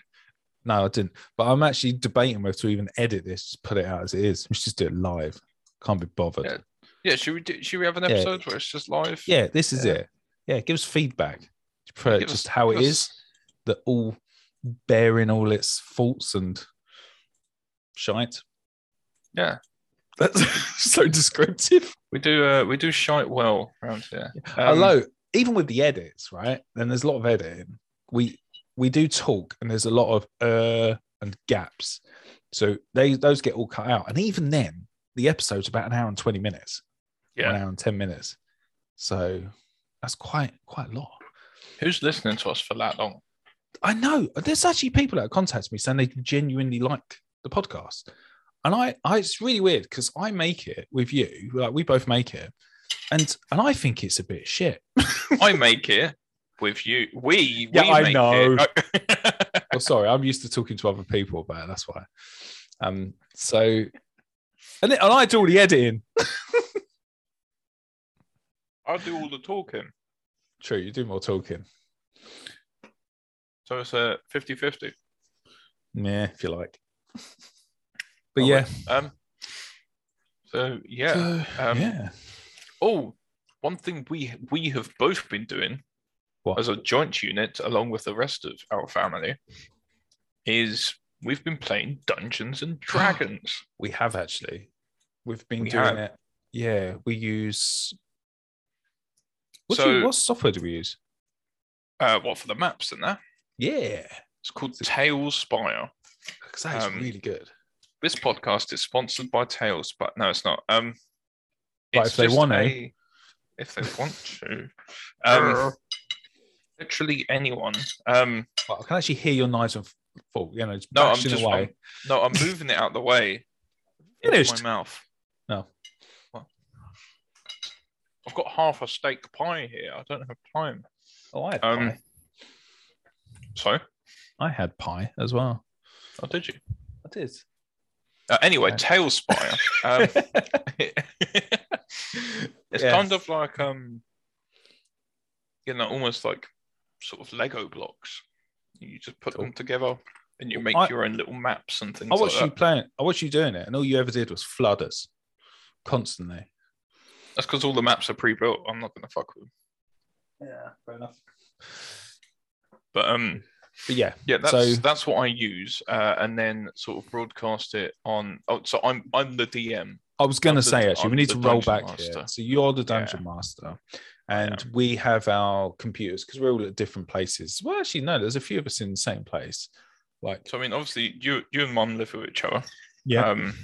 A: No, I didn't. But I'm actually debating whether to even edit this, just put it out as it is. We should just do it live. Can't be bothered.
B: Yeah. Yeah, should we do, should we have an
A: Yeah.
B: episode where it's just live?
A: Yeah, this is
B: Yeah.
A: it. Yeah, give us feedback. Do you prefer
B: Give us-
A: just how it
B: give us-
A: is, that all bearing all its faults and shite.
B: Yeah.
A: That's so descriptive.
B: We do uh, we do shite well around here. Um,
A: Although, even with the edits, right? And there's a lot of editing. We we do talk and there's a lot of uh and gaps. So they those get all cut out. And even then, the episode's about an hour and 20 minutes. or
B: Yeah.
A: An hour and 10 minutes. So that's quite quite a lot.
B: Who's listening to us for that long?
A: I know there's actually people that contact me saying they genuinely like the podcast, and I, I it's really weird because I make it with you, like we both make it, and and I think it's a bit shit.
B: I make it with you. We,
A: Yeah,
B: we
A: I
B: make Oh,
A: know.
B: it.
A: well, sorry, I'm used to talking to other people about it, that's why. Um, so, and then, and I do all the editing.
B: I do all the talking.
A: True, you do more talking.
B: So it's a 50 50.
A: Yeah, if you like. But
B: Oh,
A: yeah,
B: Um, so, yeah.
A: so,
B: um,
A: yeah,
B: Oh, one thing we we have both been doing
A: What?
B: as a joint unit, along with the rest of our family, is we've been playing Dungeons and Dragons.
A: we have actually. We've been
B: We
A: doing
B: have.
A: it. Yeah, we use. What, do
B: So-
A: you, what software do we use?
B: uh, what for the maps and that?
A: Yeah,
B: It's called Tales Spire.
A: because that is
B: Um,
A: really good.
B: This podcast is sponsored by Tales, but no, it's not. Um,
A: But
B: it's
A: if they
B: just
A: want to.
B: a- if they want to, um, literally anyone. Um,
A: Well, I can actually hear your knives and fork. You know,
B: No, I'm
A: bashing
B: just-
A: away.
B: I'm- no, I'm moving it out of the way. into
A: Finished.
B: my mouth.
A: No.
B: What? I've got half a steak pie here. I don't have time.
A: Oh, I had
B: um,
A: pie.
B: So,
A: I had pie as well.
B: oh, did you?
A: I did.
B: Uh, anyway,
A: Right.
B: Tailspire. um, it's
A: Yeah.
B: kind of like um, you know, almost like sort of Lego blocks. You just put
A: Cool.
B: them together, and you
A: Well,
B: make
A: I-
B: your own little maps and things
A: I
B: like
A: watched you
B: that.
A: playing. I watched you doing it, and all you ever did was flood us constantly.
B: That's because all the maps are pre-built. I'm not going to fuck with them.
A: Yeah, fair enough.
B: But um,
A: But yeah,
B: Yeah, that's
A: So-
B: that's what I use, uh, and then sort of broadcast it on. Oh, so I'm I'm the DM.
A: I was going
B: I'm
A: to
B: the-
A: say actually, we
B: I'm
A: need
B: the
A: to roll
B: dungeon
A: back here.
B: master.
A: So you're the dungeon master, and we have our computers because we're all at different places. Well, actually, no, there's a few of us in the same place. Like, uh,
B: So I mean, obviously, you you and Mum live with each other.
A: Yeah.
B: Um,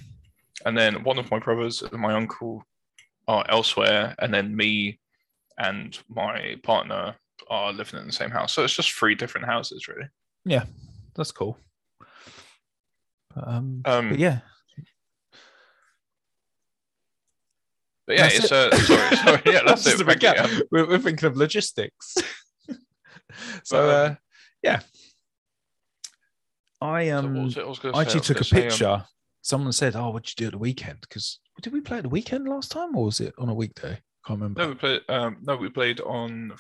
B: and then one of my brothers and my uncle are elsewhere, and then me and my partner are living in the same house. So it's just three different houses, really.
A: that's cool. But, um,
B: Um,
A: but
B: but yeah,
A: yeah, that's
B: it's
A: it.
B: uh, sorry, sorry, yeah, that's
A: Just
B: it.
A: a
B: thank you,
A: recap.
B: yeah.
A: We're, we're thinking of logistics. so,
B: But, um,
A: uh, yeah, I
B: So what
A: um,
B: was it I was gonna
A: I actually
B: say? was
A: took a
B: gonna say, um,
A: picture. Someone said, "Oh, what'd you do at the weekend?" Because did we play at the weekend last time, or was it on a weekday? Can't remember.
B: no, we played. Um, no, we played on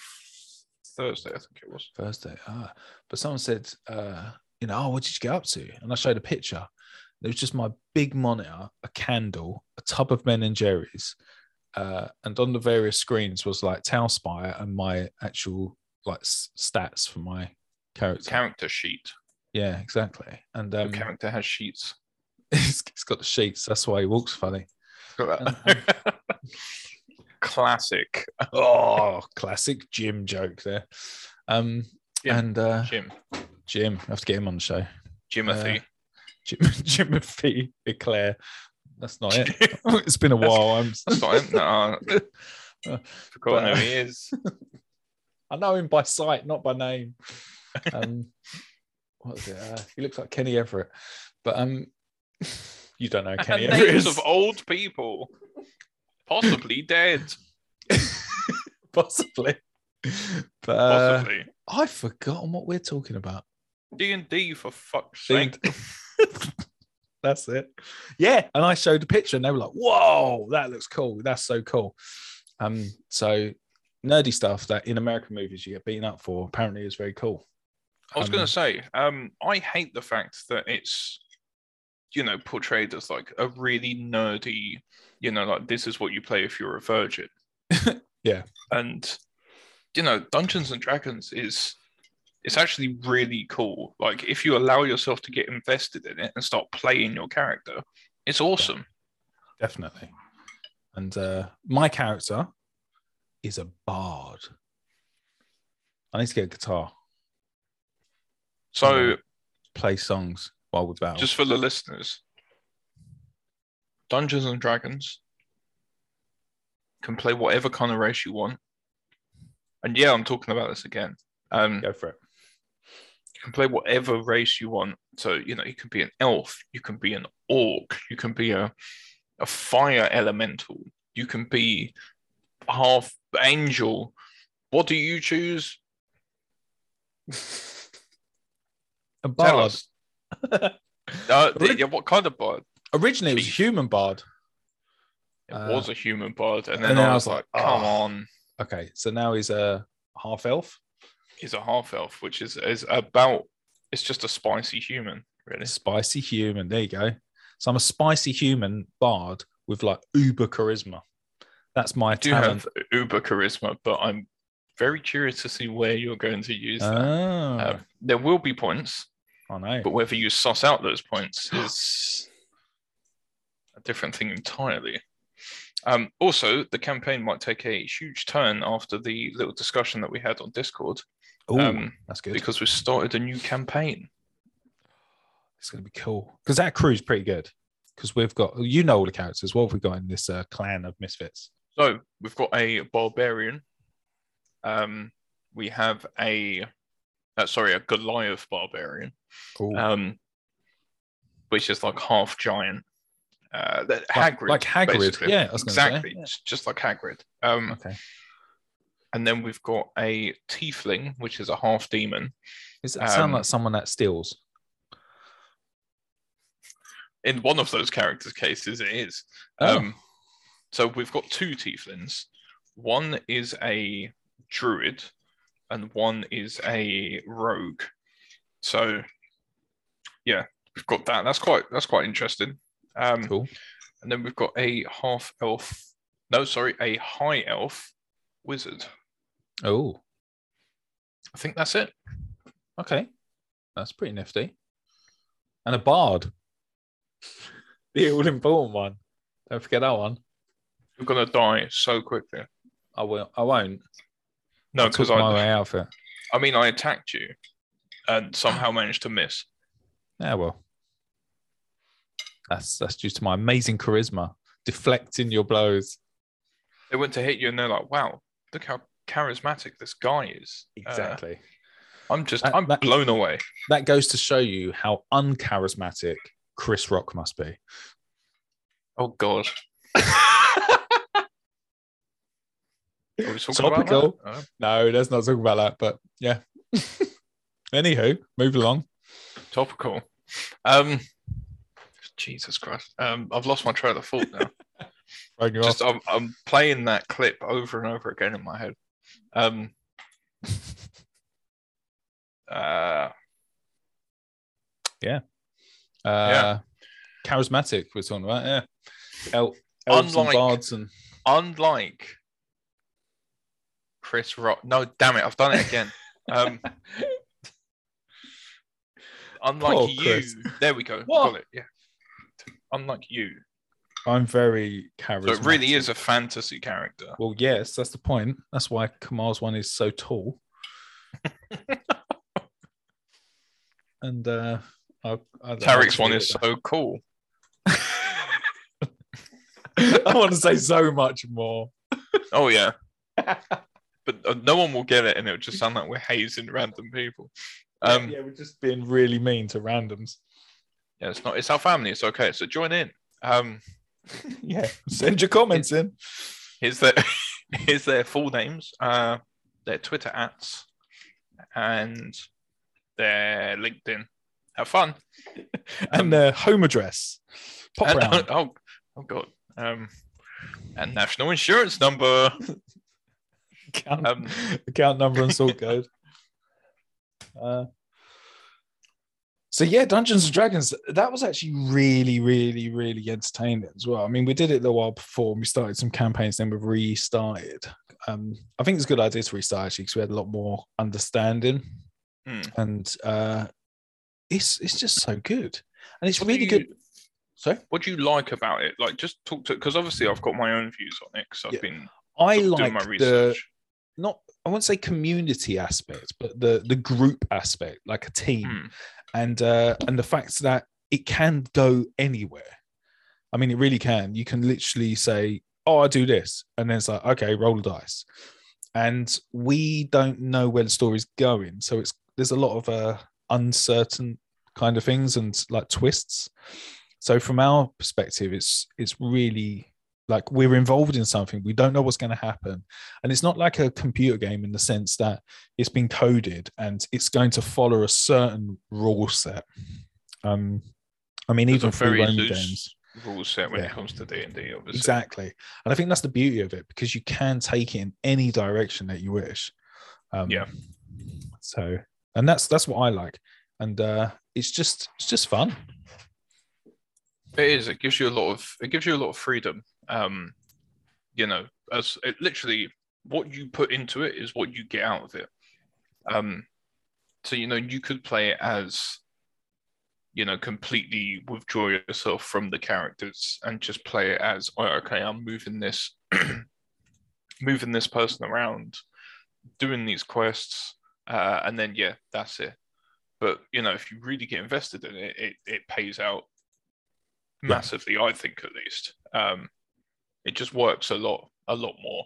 B: Thursday, I think it was.
A: Thursday. Ah. But someone said, uh, you know, oh, what did you get up to? And I showed a picture. It was just my big monitor, a candle, a tub of Ben and Jerry's. Uh, and on the various screens was like Talspire and my actual like s- stats for my character.
B: Character sheet.
A: yeah, exactly. And um,
B: the character has sheets.
A: it's, it's got the sheets. That's why he walks funny.
B: Classic.
A: Oh, classic Jim joke there. Um,
B: Yeah.
A: And uh,
B: Jim,
A: Jim, I have to get him on the show. Uh,
B: Jimothy.
A: Jim, Jimothy Eclair. That's not it. it's been a while. I'm,
B: That's not him. No, I forgot
A: But-
B: who he is.
A: I know him by sight, not by name. Um, what is it? Uh, he looks like Kenny Everett, but um, you don't know who Kenny
B: And
A: Everett.
B: names
A: Is.
B: of old people, possibly dead.
A: possibly. But uh,
B: Possibly
A: I've forgotten what we're talking about.
B: D and D for fuck's sake.
A: That's it. Yeah, and I showed a picture, and they were like, "Whoa, that looks cool. That's so cool." Um, so nerdy stuff that in American movies you get beaten up for apparently is very cool.
B: I was
A: Um,
B: going to say, um, I hate the fact that it's, you know, portrayed as like a really nerdy, you know, like this is what you play if you're a virgin.
A: Yeah.
B: And, you know, Dungeons and Dragons is, it's actually really cool. Like if you allow yourself to get invested in it and start playing your character, it's awesome.
A: definitely. And uh, my character is a bard. I need to get a guitar,
B: So
A: Yeah. play songs while we battle.
B: just for the listeners, Dungeons and Dragons can play whatever kind of race you want. And yeah, I'm talking about this again. Um,
A: go for it.
B: You can play whatever race you want. So you know, you can be an elf, you can be an orc, you can be a a fire elemental, you can be half angel. What do you choose?
A: A
B: Tell
A: bard.
B: us. Uh, yeah, what kind of bard?
A: Originally, it was a human bard.
B: It
A: Uh,
B: was a human bard, and
A: and
B: then, I was like, "Ah." "Come
A: "Oh."
B: on."
A: Okay, so now he's a half elf,
B: is a half elf, which is is about it's just a spicy human, really.
A: spicy human. There you go. So I'm a spicy human bard with like uber charisma. That's my
B: I do
A: talent.
B: have uber charisma, but I'm very curious to see where you're going to use that.
A: oh,
B: Um, there will be points,
A: I know.
B: uh, but whether you suss out those points is a different thing entirely. Um, also, the campaign might take a huge turn after the little discussion that we had on Discord
A: Ooh,
B: um,
A: that's good.
B: because we've started a new campaign.
A: It's going to be cool because that crew's pretty good. Because we've got, you know, all the characters. What have we got in this uh, clan of misfits?
B: So we've got a barbarian. Um, we have a uh, sorry, a Goliath barbarian,
A: Cool.
B: um, which is like half giant. Uh, that
A: like,
B: Hagrid,
A: like Hagrid.
B: basically.
A: Yeah, I was gonna say.
B: exactly, j- just like Hagrid. Um,
A: Okay.
B: and then we've got a tiefling, which is a half demon.
A: Does that sound
B: Um,
A: like someone that steals?
B: In one of those characters' cases, it is.
A: Oh,
B: Um, so we've got two tieflings. One is a druid, and one is a rogue. So, yeah, we've got that. That's quite that's quite interesting. Um,
A: Oh, cool.
B: And then we've got a half elf. No, sorry, a high elf wizard.
A: Oh,
B: I think that's it.
A: okay. That's pretty nifty. And a bard. the all important one. Don't forget that one.
B: You're gonna die so quickly.
A: I will. I won't.
B: No,
A: I'll
B: because
A: talk
B: Oh, I
A: my way out of it.
B: I mean I attacked you, and somehow managed to miss.
A: Yeah, well, that's that's due to my amazing charisma, deflecting your blows.
B: They went to hit you, and they're like, "Wow, look how charismatic this guy is." Uh, I'm just
A: That-
B: I'm
A: that-
B: blown away.
A: that goes to show you how uncharismatic Chris Rock must be.
B: Oh god. Are we talking
A: Topical.
B: About Uh, that?
A: No, let's not talk about that. But yeah. Anywho, move along.
B: Oh, topical. Um Jesus Christ. Um I've lost my trail of thought now.
A: Throwing you
B: just I'm, I'm playing that clip over and over again in my head. Um uh
A: off. Uh, Charismatic, we're talking about. Yeah. El- elves
B: Unlike-
A: and bards and
B: unlike Chris Rock. No, damn it, I've done it again. Um Unlike
A: Poor
B: you,
A: Chris.
B: there we go.
A: What?
B: Got it. Yeah. Unlike you,
A: I'm very charismatic.
B: So it really is a fantasy character.
A: Well, yes, that's the point. That's why Kamal's one is so tall. and uh, I, I,
B: Tarek's one is so cool.
A: I want to say so much more.
B: Oh yeah, but uh, no one will get it, and it'll just sound like we're hazing random people. Um,
A: yeah, we're just being really mean to randoms.
B: yeah, it's not. It's our family. It's okay. So join in. Um,
A: Yeah, send your comments in.
B: here's their here's their full names, uh, their Twitter ats, and their LinkedIn. Have fun.
A: and their home address. Pop
B: And-
A: round.
B: oh, oh god. Um, and national insurance number.
A: account,
B: Um,
A: account number and sort code. Uh, so yeah, Dungeons and Dragons. That was actually really, really, really entertaining as well. I mean, we did it a while before. And we started some campaigns, then we restarted. Um, I think it's a good idea to restart actually because we had a lot more understanding,
B: Hmm.
A: and uh, it's it's just so good, and it's
B: What do
A: really
B: you-
A: good. Sorry,
B: What do you like about it? Like, just talk to because obviously I've got my own views on it because I've
A: Yeah.
B: been
A: I
B: sort of
A: like
B: doing my
A: the
B: research.
A: not I wouldn't say community aspect, but the the group aspect, like a team,
B: Hmm.
A: and uh, and the fact that it can go anywhere. I mean, it really can. You can literally say, "Oh, I do this," and then it's like, "Okay, roll the dice," and we don't know where the story's going, so it's there's a lot of uh, uncertain kind of things and like twists. So from our perspective, it's it's really like we're involved in something we don't know what's going to happen and it's not like a computer game in the sense that it's been coded and it's going to follow a certain rule set um i mean
B: There's
A: even
B: a
A: for
B: very
A: run
B: loose
A: games
B: rule set when
A: Yeah.
B: it comes to D and D, obviously.
A: exactly and i think that's the beauty of it because you can take it in any direction that you wish um
B: Yeah.
A: so and that's that's what i like and uh it's just it's just fun
B: It is. It gives you a lot of. It gives you a lot of freedom. Um, you know, as it literally what you put into it is what you get out of it. Um, so you know you could play it as, you know, completely withdraw yourself from the characters and just play it as, oh, okay, I'm moving this, moving this person around, doing these quests, uh, and then yeah, that's it. But you know, if you really get invested in it, it, it pays out
A: Yeah.
B: massively, I think at least. Um, it just works a lot, a lot more.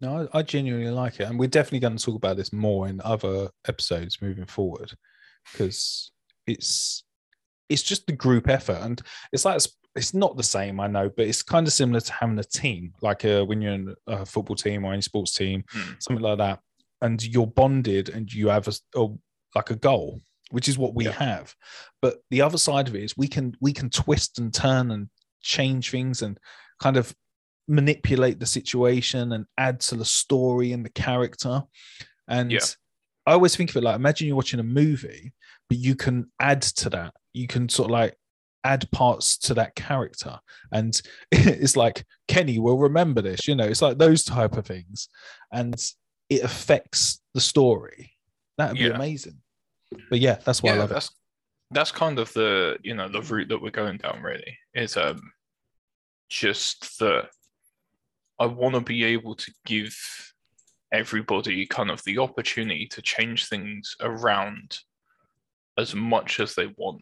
A: No, I, I genuinely like it, and we're definitely going to talk about this more in other episodes moving forward because it's it's just the group effort, and it's like it's, it's not the same, I know, but it's kind of similar to having a team, like uh, when you're in a football team or any sports team,
B: Hmm.
A: something like that, and you're bonded and you have a, s- a- like a goal, which is what we
B: Yeah.
A: have. But the other side of it is we can we can twist and turn and change things and kind of manipulate the situation and add to the story and the character. And
B: Yeah.
A: I always think of it like imagine you're watching a movie, but you can add to that. You can sort of like add parts to that character. And it's like Kenny will remember this, you know, it's like those type of things. And it affects the story. That would be
B: Yeah.
A: amazing. But yeah, that's why I love it.
B: that's that's kind of the you know the route that we're going down. Really, is um just that I want to be able to give everybody kind of the opportunity to change things around as much as they want.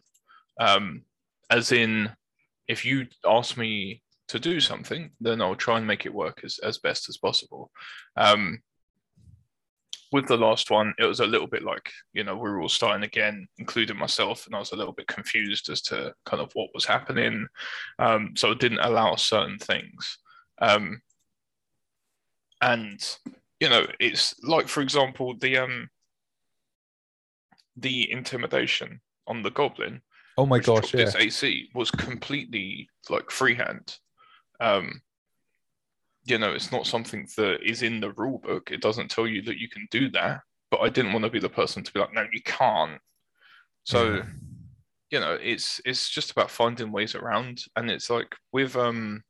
B: Um, as in, if you ask me to do something, then I'll try and make it work as, as best as possible. Um, with the last one, it was a little bit like, you know, we were all starting again, including myself, and I was a little bit confused as to kind of what was happening. Um, so it didn't allow certain things. Um, and, you know, it's like, for example, the um, the intimidation on the goblin
A: Oh my
B: which
A: gosh,
B: dropped
A: yeah.
B: its AC was completely like freehand. Um, you know, it's not something that is in the rule book. It doesn't tell you that you can do that. But I didn't want to be the person to be like, no, you can't. So
A: Yeah.
B: you know, it's it's just about finding ways around. And it's like with um,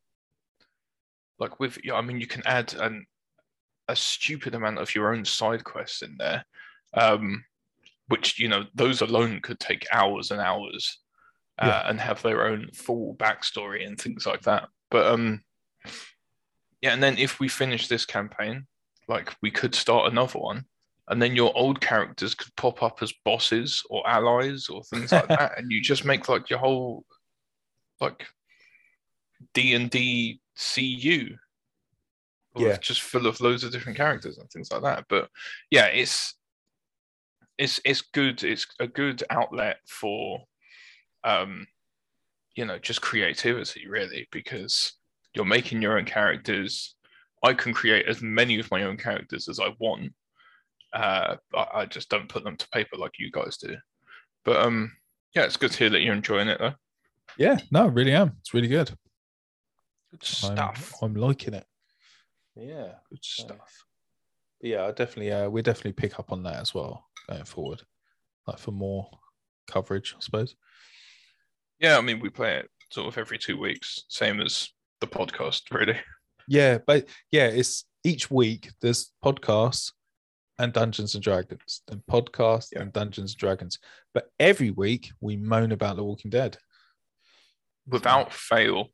B: like with yeah, I mean, you can add an a stupid amount of your own side quests in there. Um, which you know those alone could take hours and hours uh,
A: Yeah.
B: and have their own full backstory and things like that but um yeah and then if we finish this campaign like we could start another one and then your old characters could pop up as bosses or allies or things like that, and you just make like your whole like D and D CU, or
A: Yeah.
B: just full of loads of different characters and things like that. But yeah, it's it's it's good. It's a good outlet for um, you know, just creativity really, because you're making your own characters. I can create as many of my own characters as I want. Uh, I, I just don't put them to paper like you guys do. But um, yeah, it's good to hear that you're enjoying it though.
A: Yeah, no, I really am. It's really good. I'm-
B: Good stuff.
A: I'm, liking it. Yeah.
B: Good
A: so-
B: stuff.
A: But yeah, I definitely uh we definitely pick up on that as well going forward. Like for more coverage, I suppose.
B: Yeah, I mean, we play it sort of every two weeks, same as the podcast, really.
A: Yeah, but yeah, it's each week there's podcasts and Dungeons and Dragons, and podcasts
B: Yeah.
A: and Dungeons and Dragons. But every week we moan about The Walking Dead.
B: Without fail,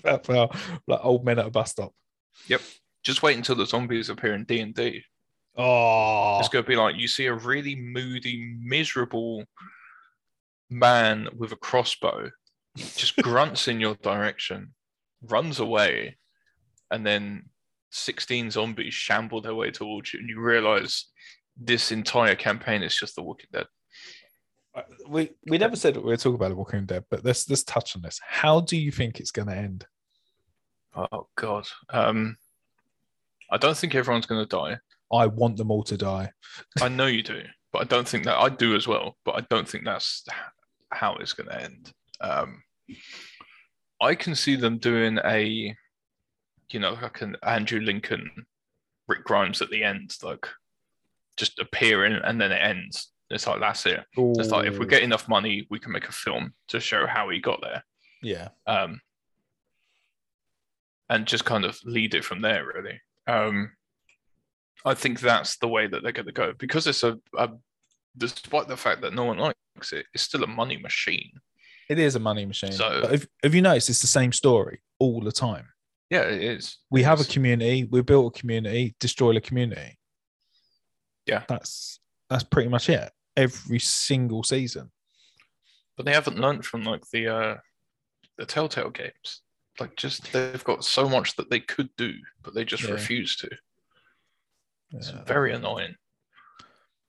A: about how, like old men at a bus stop.
B: just wait until the zombies appear in D and D.
A: Oh,
B: It's going to be like you see a really moody, miserable man with a crossbow, just grunts in your direction, runs away, and then 16 zombies shamble their way towards you, and you realize this entire campaign is just The Walking Dead.
A: we we never said we were talking about The Walking Dead, but let's let's touch on this. How do you think it's going to end?
B: Oh God. Um, I don't think everyone's going to die.
A: I want them all to die.
B: I know you do, but I don't think that I do as well. But I don't think that's h- how it's going to end. Um, I can see them doing a, you know, like an Andrew Lincoln, Rick Grimes at the end, like just appearing and then it ends. It's like that's it. It's like if we get enough money, we can make a film to show how he got there.
A: yeah,
B: um, and just kind of lead it from there, really. Um, I think that's the way that they're going to go because it's a, a, despite the fact that no one likes it, it's still a money machine.
A: it is a money machine.
B: So-
A: But have, have you noticed it's the same story all the time?
B: Yeah, it is.
A: We have a
B: Yes.
A: community, we built a community, destroy a community.
B: Yeah.
A: that's that's pretty much it. Every single season.
B: but they haven't learned from like the uh, the Telltale games. Like, just they've got so much that they could do, but they just
A: Yeah.
B: refuse to. It's
A: Yeah.
B: very annoying.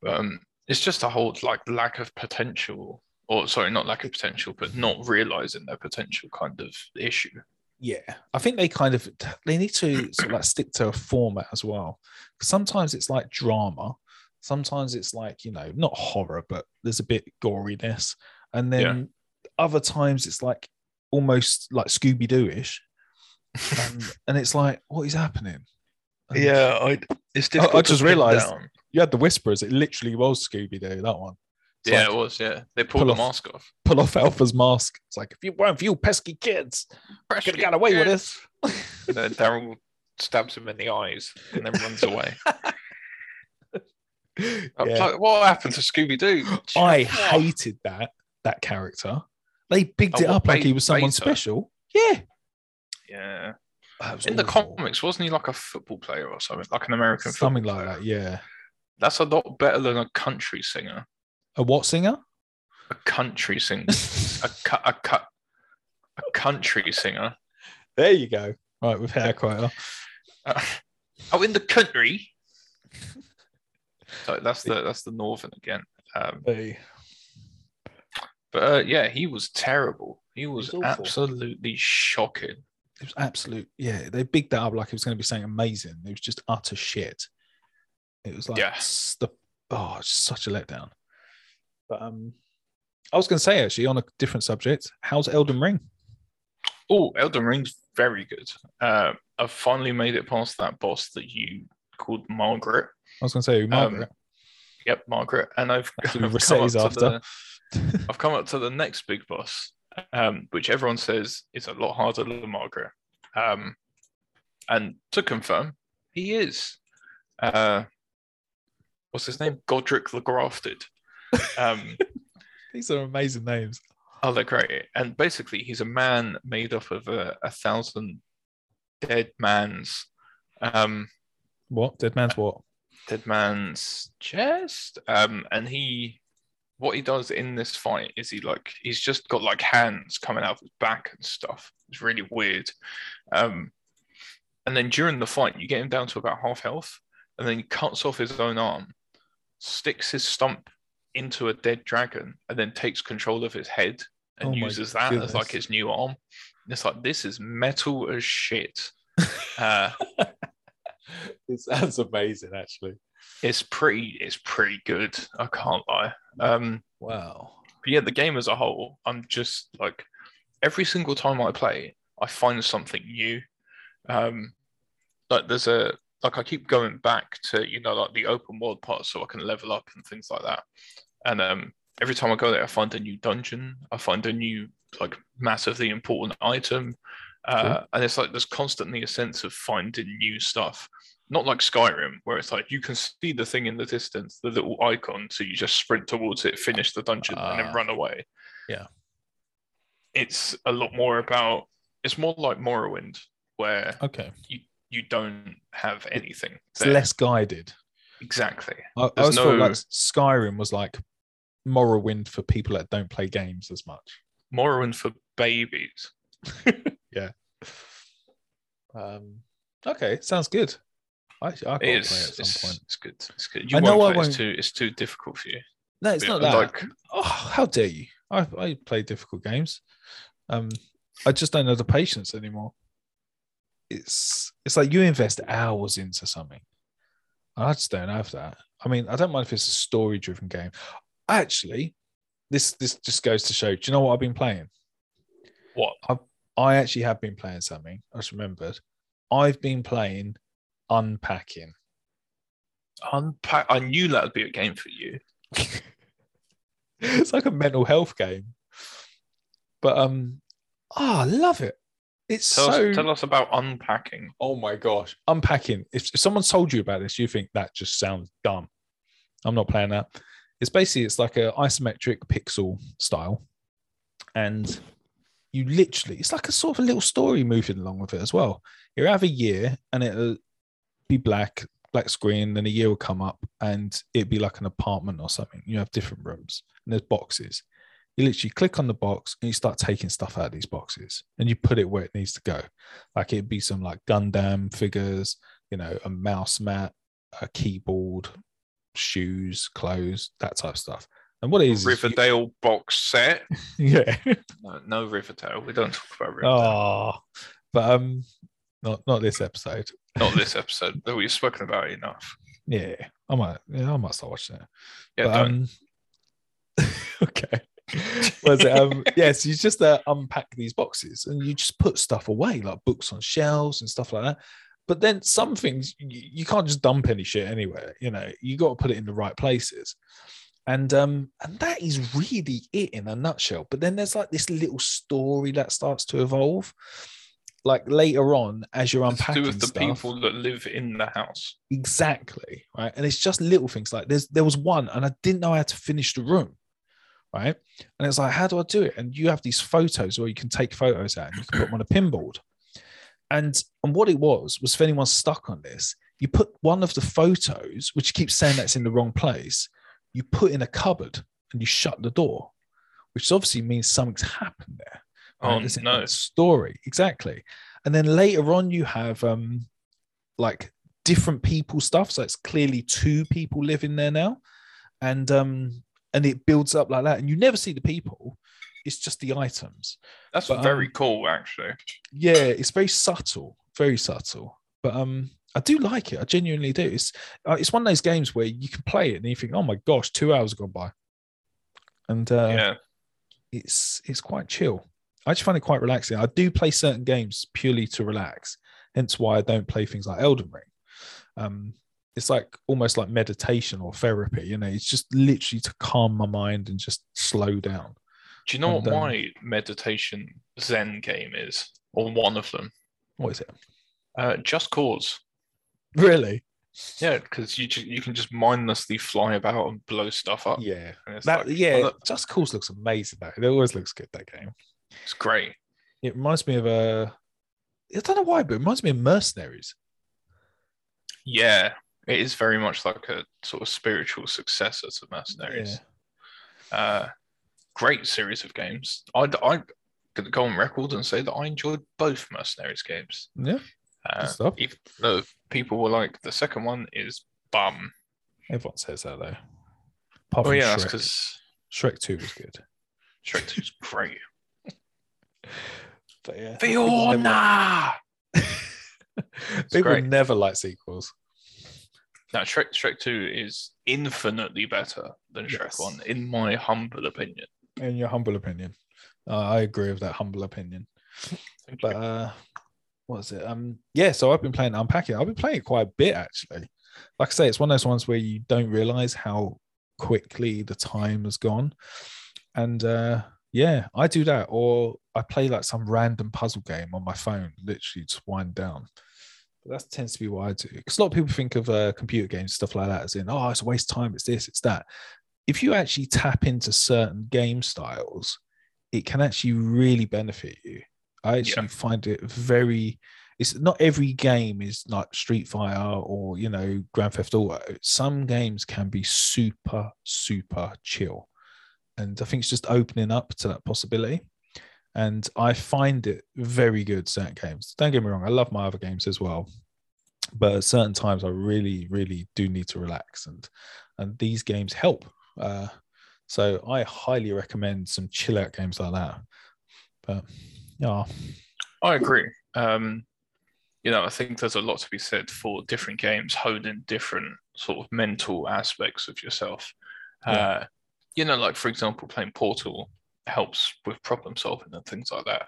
B: Um, it's just a whole like lack of potential, or sorry, not lack of potential, but not realizing their potential kind of issue.
A: Yeah, I think they kind of they need to sort of like stick to a format as well. 'Cause Sometimes it's like drama, sometimes it's like you know not horror, but there's a bit goriness, and then other times it's like almost like Scooby Doo ish, and, and it's like what is happening? And
B: I, it's
A: I difficult to just pin realised-
B: Down.
A: you had the Whisperers. It literally was Scooby Doo that one. It's
B: Yeah,
A: like,
B: it was. Yeah, they
A: pull
B: pulled the
A: off-
B: mask off.
A: pull off Alpha's mask. It's like if you weren't for you pesky kids, I could have got away with this.
B: And then Daryl stabs him in the eyes and then runs away. I was
A: Yeah.
B: like, what happened to Scooby Doo?
A: I hated that that character. They bigged
B: Oh,
A: it
B: what,
A: up like
B: Ba-
A: he was someone
B: Beta?
A: special. Yeah.
B: Yeah.
A: That was
B: In the
A: awful.
B: comics, wasn't he like a football player or something, like an American
A: Something
B: football
A: like
B: player?
A: that, yeah.
B: That's a lot better than a country singer.
A: A what singer?
B: a country singer, a cut, a cut, a country singer.
A: there you go. Right, with hair quite well.
B: Uh, oh, in the country. So that's the that's the northern again. Um,
A: Hey.
B: but uh, yeah, he was terrible. He was
A: awful.
B: absolutely shocking.
A: It was absolute yeah, they bigged that up like it was gonna be something amazing. It was just utter shit. It was like
B: Yeah.
A: s- the oh it's such a letdown. But um I was gonna say actually on a different subject, how's Elden Ring?
B: Oh, Elden Ring's very good. Uh, I finally made it past that boss that you called Margaret.
A: I was gonna say Margaret.
B: Um, Yep, Margaret. And I've,
A: That's who
B: I've come up
A: Rossetti's
B: to
A: after.
B: the I've come up to the next big boss, um, which everyone says is a lot harder than Margaret. Um, and to confirm, he is. Uh, what's his name? Godric the Grafted. Um,
A: These are amazing names.
B: oh, they're great. And basically, he's a man made up of a, a thousand dead man's. Um,
A: What? Dead man's what?
B: dead man's chest. Um, and he, what he does in this fight is he like he's just got like hands coming out of his back and stuff. It's really weird. Um, and then during the fight, you get him down to about half health, and then he cuts off his own arm, sticks his stump into a dead dragon, and then takes control of his head and
A: Oh my
B: uses that
A: goodness.
B: as like his new arm. And it's like this is metal as shit. Uh,
A: It sounds amazing, actually.
B: it's pretty it's pretty good i can't lie um
A: Wow.
B: but yeah the game as a whole i'm just like every single time i play i find something new um like there's a like i keep going back to you know like the open world part so i can level up and things like that and um every time i go there i find a new dungeon i find a new like massively important item uh, and it's like there's constantly a sense of finding new stuff not like Skyrim, where it's like you can see the thing in the distance, the little icon, so you just sprint towards it, finish the dungeon, and
A: Ah.
B: then run away.
A: Yeah.
B: It's a lot more about it's more like Morrowind, where
A: Okay.
B: you don't have anything.
A: It's
B: there.
A: less guided.
B: exactly.
A: I, I always
B: There's
A: felt
B: no-
A: like Skyrim was like Morrowind for people that don't play games as much.
B: Morrowind for babies.
A: Um, okay, sounds good. I, I got to play at
B: It's, it's,
A: some point.
B: it's good. It's good. You
A: I
B: I
A: know
B: know
A: I
B: won't play.
A: won't-
B: It's too it's too difficult for you.
A: No, it's
B: Yeah,
A: not that.
B: Like
A: oh, how dare you? I, I play difficult games. Um, I just don't have the patience anymore. It's it's like you invest hours into something. I just don't have that. I mean, I don't mind if it's a story-driven game. Actually, this this just goes to show. Do you know what I've been playing?
B: what?
A: I actually have been playing something. I just remembered. I've been playing Unpacking.
B: Unpack I knew that would be a game for you.
A: it's like a mental health game. But um, ah, I love it. It's
B: Tell,
A: so.
B: us, tell us about unpacking.
A: oh my gosh, unpacking. If, if someone told you about this, you think that just sounds dumb. I'm not playing that. It's basically it's like a isometric pixel style, and you literally it's like a sort of a little story moving along with it as well. You'll have a year, and it'll be black, black screen, then a year will come up and it'd be like an apartment or something. You have different rooms and there's boxes. You literally click on the box and you start taking stuff out of these boxes and you put it where it needs to go. Like it'd be some like Gundam figures, you know, a mouse mat, a keyboard, shoes, clothes, that type of stuff. And what it is, is you-
B: Riverdale box set.
A: yeah.
B: No, no Riverdale. We don't talk about Riverdale.
A: Oh, but um, not not this episode.
B: Not this episode. Though We've spoken about it enough.
A: Yeah, I might. Yeah, I might start watching it.
B: Yeah,
A: But,
B: don't.
A: um, okay. Was it? Um, yeah, so you just uh, unpack these boxes and you just put stuff away, like books on shelves and stuff like that. But then some things you, you can't just dump any shit anywhere. You know, you got to put it in the right places. And um, and that is really it in a nutshell. But then there's like this little story that starts to evolve, like later on as you're
B: It's to do
A: unpacking
B: with the
A: stuff.
B: people that live in the house.
A: Exactly. Right. And it's just little things like there's there was one and I didn't know how to finish the room. Right. And it's like, how do I do it? And you have these photos or you can take photos out and you can put them on a pinboard. And and what it was was if anyone's stuck on this, you put one of the photos, which keeps saying that's in the wrong place, you put in a cupboard and you shut the door, which obviously means something's happened there.
B: Oh
A: Right, it's in
B: no!
A: that story exactly and then later on you have um like different people stuff so it's clearly two people living there now and um and it builds up like that and you never see the people it's just the items
B: That's
A: but, um,
B: very cool, actually.
A: yeah it's very subtle very subtle but um i do like it i genuinely do it's uh, it's one of those games where you can play it and you think oh my gosh two hours gone by and uh
B: yeah,
A: it's it's quite chill. I just find it quite relaxing. I do play certain games purely to relax, hence why I don't play things like Elden Ring. Um, it's like almost like meditation or therapy. You know, it's just literally to calm my mind and just slow down.
B: do you know
A: and,
B: what
A: um,
B: my meditation Zen game is, or one of them?
A: What is it?
B: Uh, just cause.
A: Really?
B: Yeah, because you ju- you can just mindlessly fly about and blow stuff up.
A: Yeah.
B: and it's
A: That
B: like,
A: yeah.
B: oh, look,
A: Just Cause looks amazing though. It always looks good that game.
B: it's great.
A: It reminds me of a. I don't know why, but it reminds me of Mercenaries.
B: Yeah, It is very much like a sort of spiritual successor to Mercenaries. Uh, great series of games. I I could go on record and say that I enjoyed both Mercenaries games.
A: Yeah.
B: Uh,
A: Good stuff.
B: even though people were like, the second one is bum.
A: Everyone says that though. Apart
B: Oh
A: from
B: yeah, that's
A: Shrek.
B: because
A: Shrek 2 was good.
B: Shrek 2 is great.
A: But yeah.
B: Fiona.
A: People
B: great.
A: never like sequels.
B: Now Shrek Shrek 2 is infinitely better than Shrek
A: Yes.
B: 1, in my humble opinion.
A: in your humble opinion. Uh, I agree with that humble opinion.
B: Thank you.
A: But uh, what is it? Um, yeah. So I've been playing Unpack It. I've been playing it quite a bit actually. Like I say, it's one of those ones where you don't realize how quickly the time has gone. And uh, yeah, I do that, or I play like some random puzzle game on my phone, literally just wind down. But that tends to be what I do because a lot of people think of uh, computer games stuff like that as in, oh, it's a waste of time. It's this, it's that if you actually tap into certain game styles, it can actually really benefit you. I actually find it very. It's not every game is like Street Fighter or you know Grand Theft Auto. Some games can be super super chill, and I think it's just opening up to that possibility. And I find it very good certain games. Don't get me wrong, I love my other games as well, but at certain times I really really do need to relax, and and these games help. Uh, so I highly recommend some chill out games like that. But yeah,
B: I agree. Um, you know, I think there's a lot to be said for different games honing different sort of mental aspects of yourself. Uh, you know, like for example, playing Portal helps with problem solving and things like that.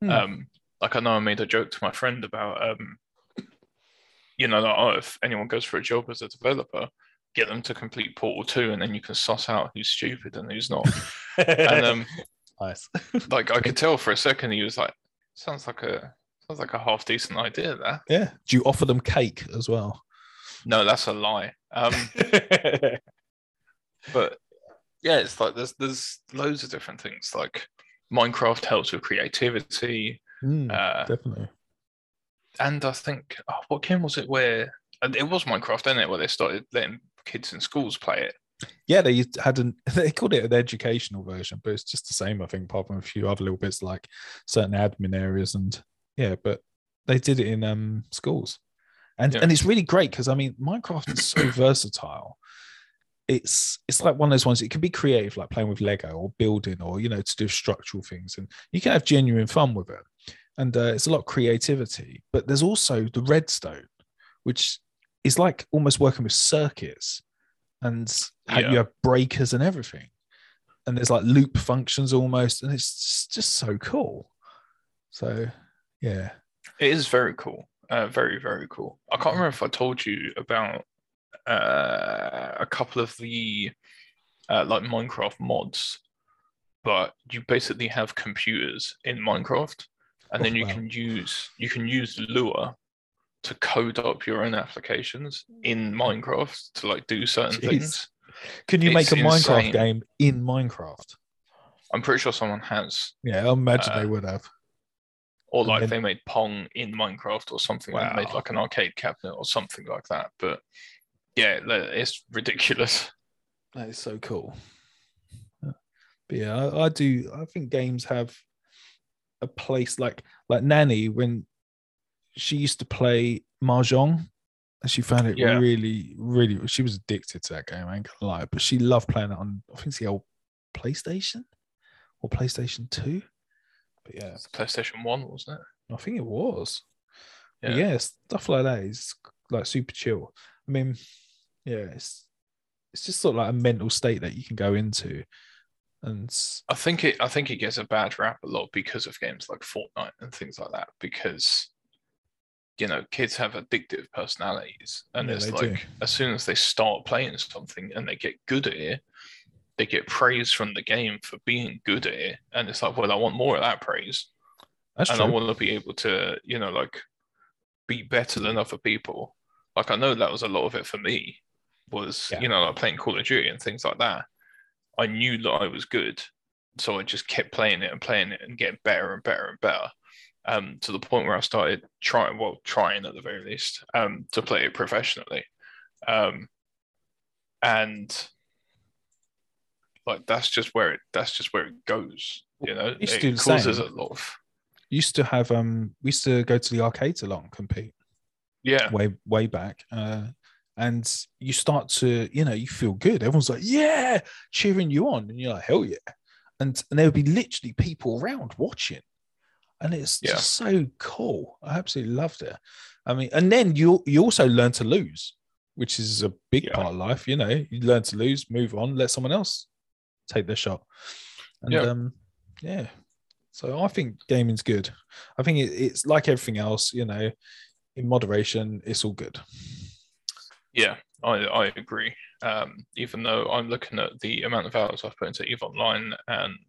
A: Hmm.
B: Um, like I know I made a joke to my friend about, um, you know, like, oh, if anyone goes for a job as a developer, get them to complete Portal 2 and then you can suss out who's stupid and who's not. and um,
A: nice.
B: like I could tell for a second he was like, sounds like a sounds like a half decent idea there.
A: Yeah. Do you offer them cake as well?
B: No, that's a lie. Um,
A: Hmm,
B: but yeah, it's like there's there's loads of different things. Like Minecraft helps with creativity,
A: Mm,
B: uh,
A: definitely.
B: and I think oh, what game was it where and it was Minecraft, isn't it? Where they started letting kids in schools play it.
A: Yeah, they used- had an they called it an educational version, but it's just the same, I think, apart from a few other little bits like certain admin areas and yeah, but they did it in um schools. And
B: Yeah.
A: and it's really great because I mean Minecraft is so versatile. It's it's like one of those ones it can be creative, like playing with Lego or building or you know, to do structural things, and you can have genuine fun with it. And uh, it's a lot of creativity, but there's also the redstone, which is like almost working with circuits and ha-
B: Yeah.
A: you have breakers and everything. And there's like loop functions almost, and it's just, just so cool. So, yeah.
B: It is very cool. Uh, very very cool. I
A: Mm.
B: can't remember if I told you about uh, a couple of the uh, like Minecraft mods, but you basically have computers in Minecraft, and then
A: Oh,
B: you
A: wow.
B: can use you can use Lua to code up your own applications in Minecraft to like do certain
A: Jeez.
B: things.
A: Can you make
B: It's
A: a Minecraft
B: insane.
A: game in Minecraft?
B: I'm pretty sure someone has,
A: Yeah, I imagine
B: Uh,
A: they would have.
B: or
A: And
B: like
A: then-
B: they made Pong in Minecraft or something. They made
A: Wow.
B: like an arcade cabinet or something like that. But yeah, like, it's ridiculous.
A: That is so cool. But yeah, I, I do. I think games have a place like like Nanny when she used to play mahjong, and she found it
B: Yeah.
A: really, really. She was addicted to that game. I ain't gonna lie, but she loved playing it on. I think it's the old PlayStation or PlayStation Two. But yeah,
B: It's the PlayStation One, wasn't it?
A: I think it was. But
B: Yeah.
A: yeah, stuff like that is like super chill. I mean, yeah, it's it's just sort of like a mental state that you can go into, and s-
B: I think it. I think it gets a bad rap a lot because of games like Fortnite and things like that. Because you know, kids have addictive personalities, and
A: Yeah,
B: it's
A: they
B: like
A: do.
B: as soon as they start playing something and they get good at it, they get praise from the game for being good at it, and it's like, well, I want more of that praise,
A: that's
B: and
A: true.
B: I want to be able to, you know, like be better than other people. Like I know that was a lot of it for me, was
A: Yeah.
B: you know like playing Call of Duty and things like that. I knew that I was good, so I just kept playing it and playing it and getting better and better and better. Um, to the point where I started trying, well, trying at the very least, um, to play it professionally. Um, and like that's just where it that's just where it goes. You know,
A: used to
B: it
A: do the
B: causes
A: same.
B: a lot of
A: Used to have um, we used to go to the arcades a lot and compete
B: yeah,
A: way way back. Uh, and you start to, you know, you feel good. Everyone's like, yeah, cheering you on, and you're like, hell yeah. And and there would be literally people around watching, and it's
B: Yeah.
A: just so cool. I absolutely loved it. I mean, and then you you also learn to lose, which is a big
B: Yeah.
A: part of life. You know, you learn to lose, move on, let someone else take their shot. And
B: Yeah.
A: um, yeah. So I think gaming's good. I think it, it's like everything else, you know, in moderation, it's all good.
B: yeah. I I agree. Um, even though I'm looking at the amount of hours I've put into Eve Online, and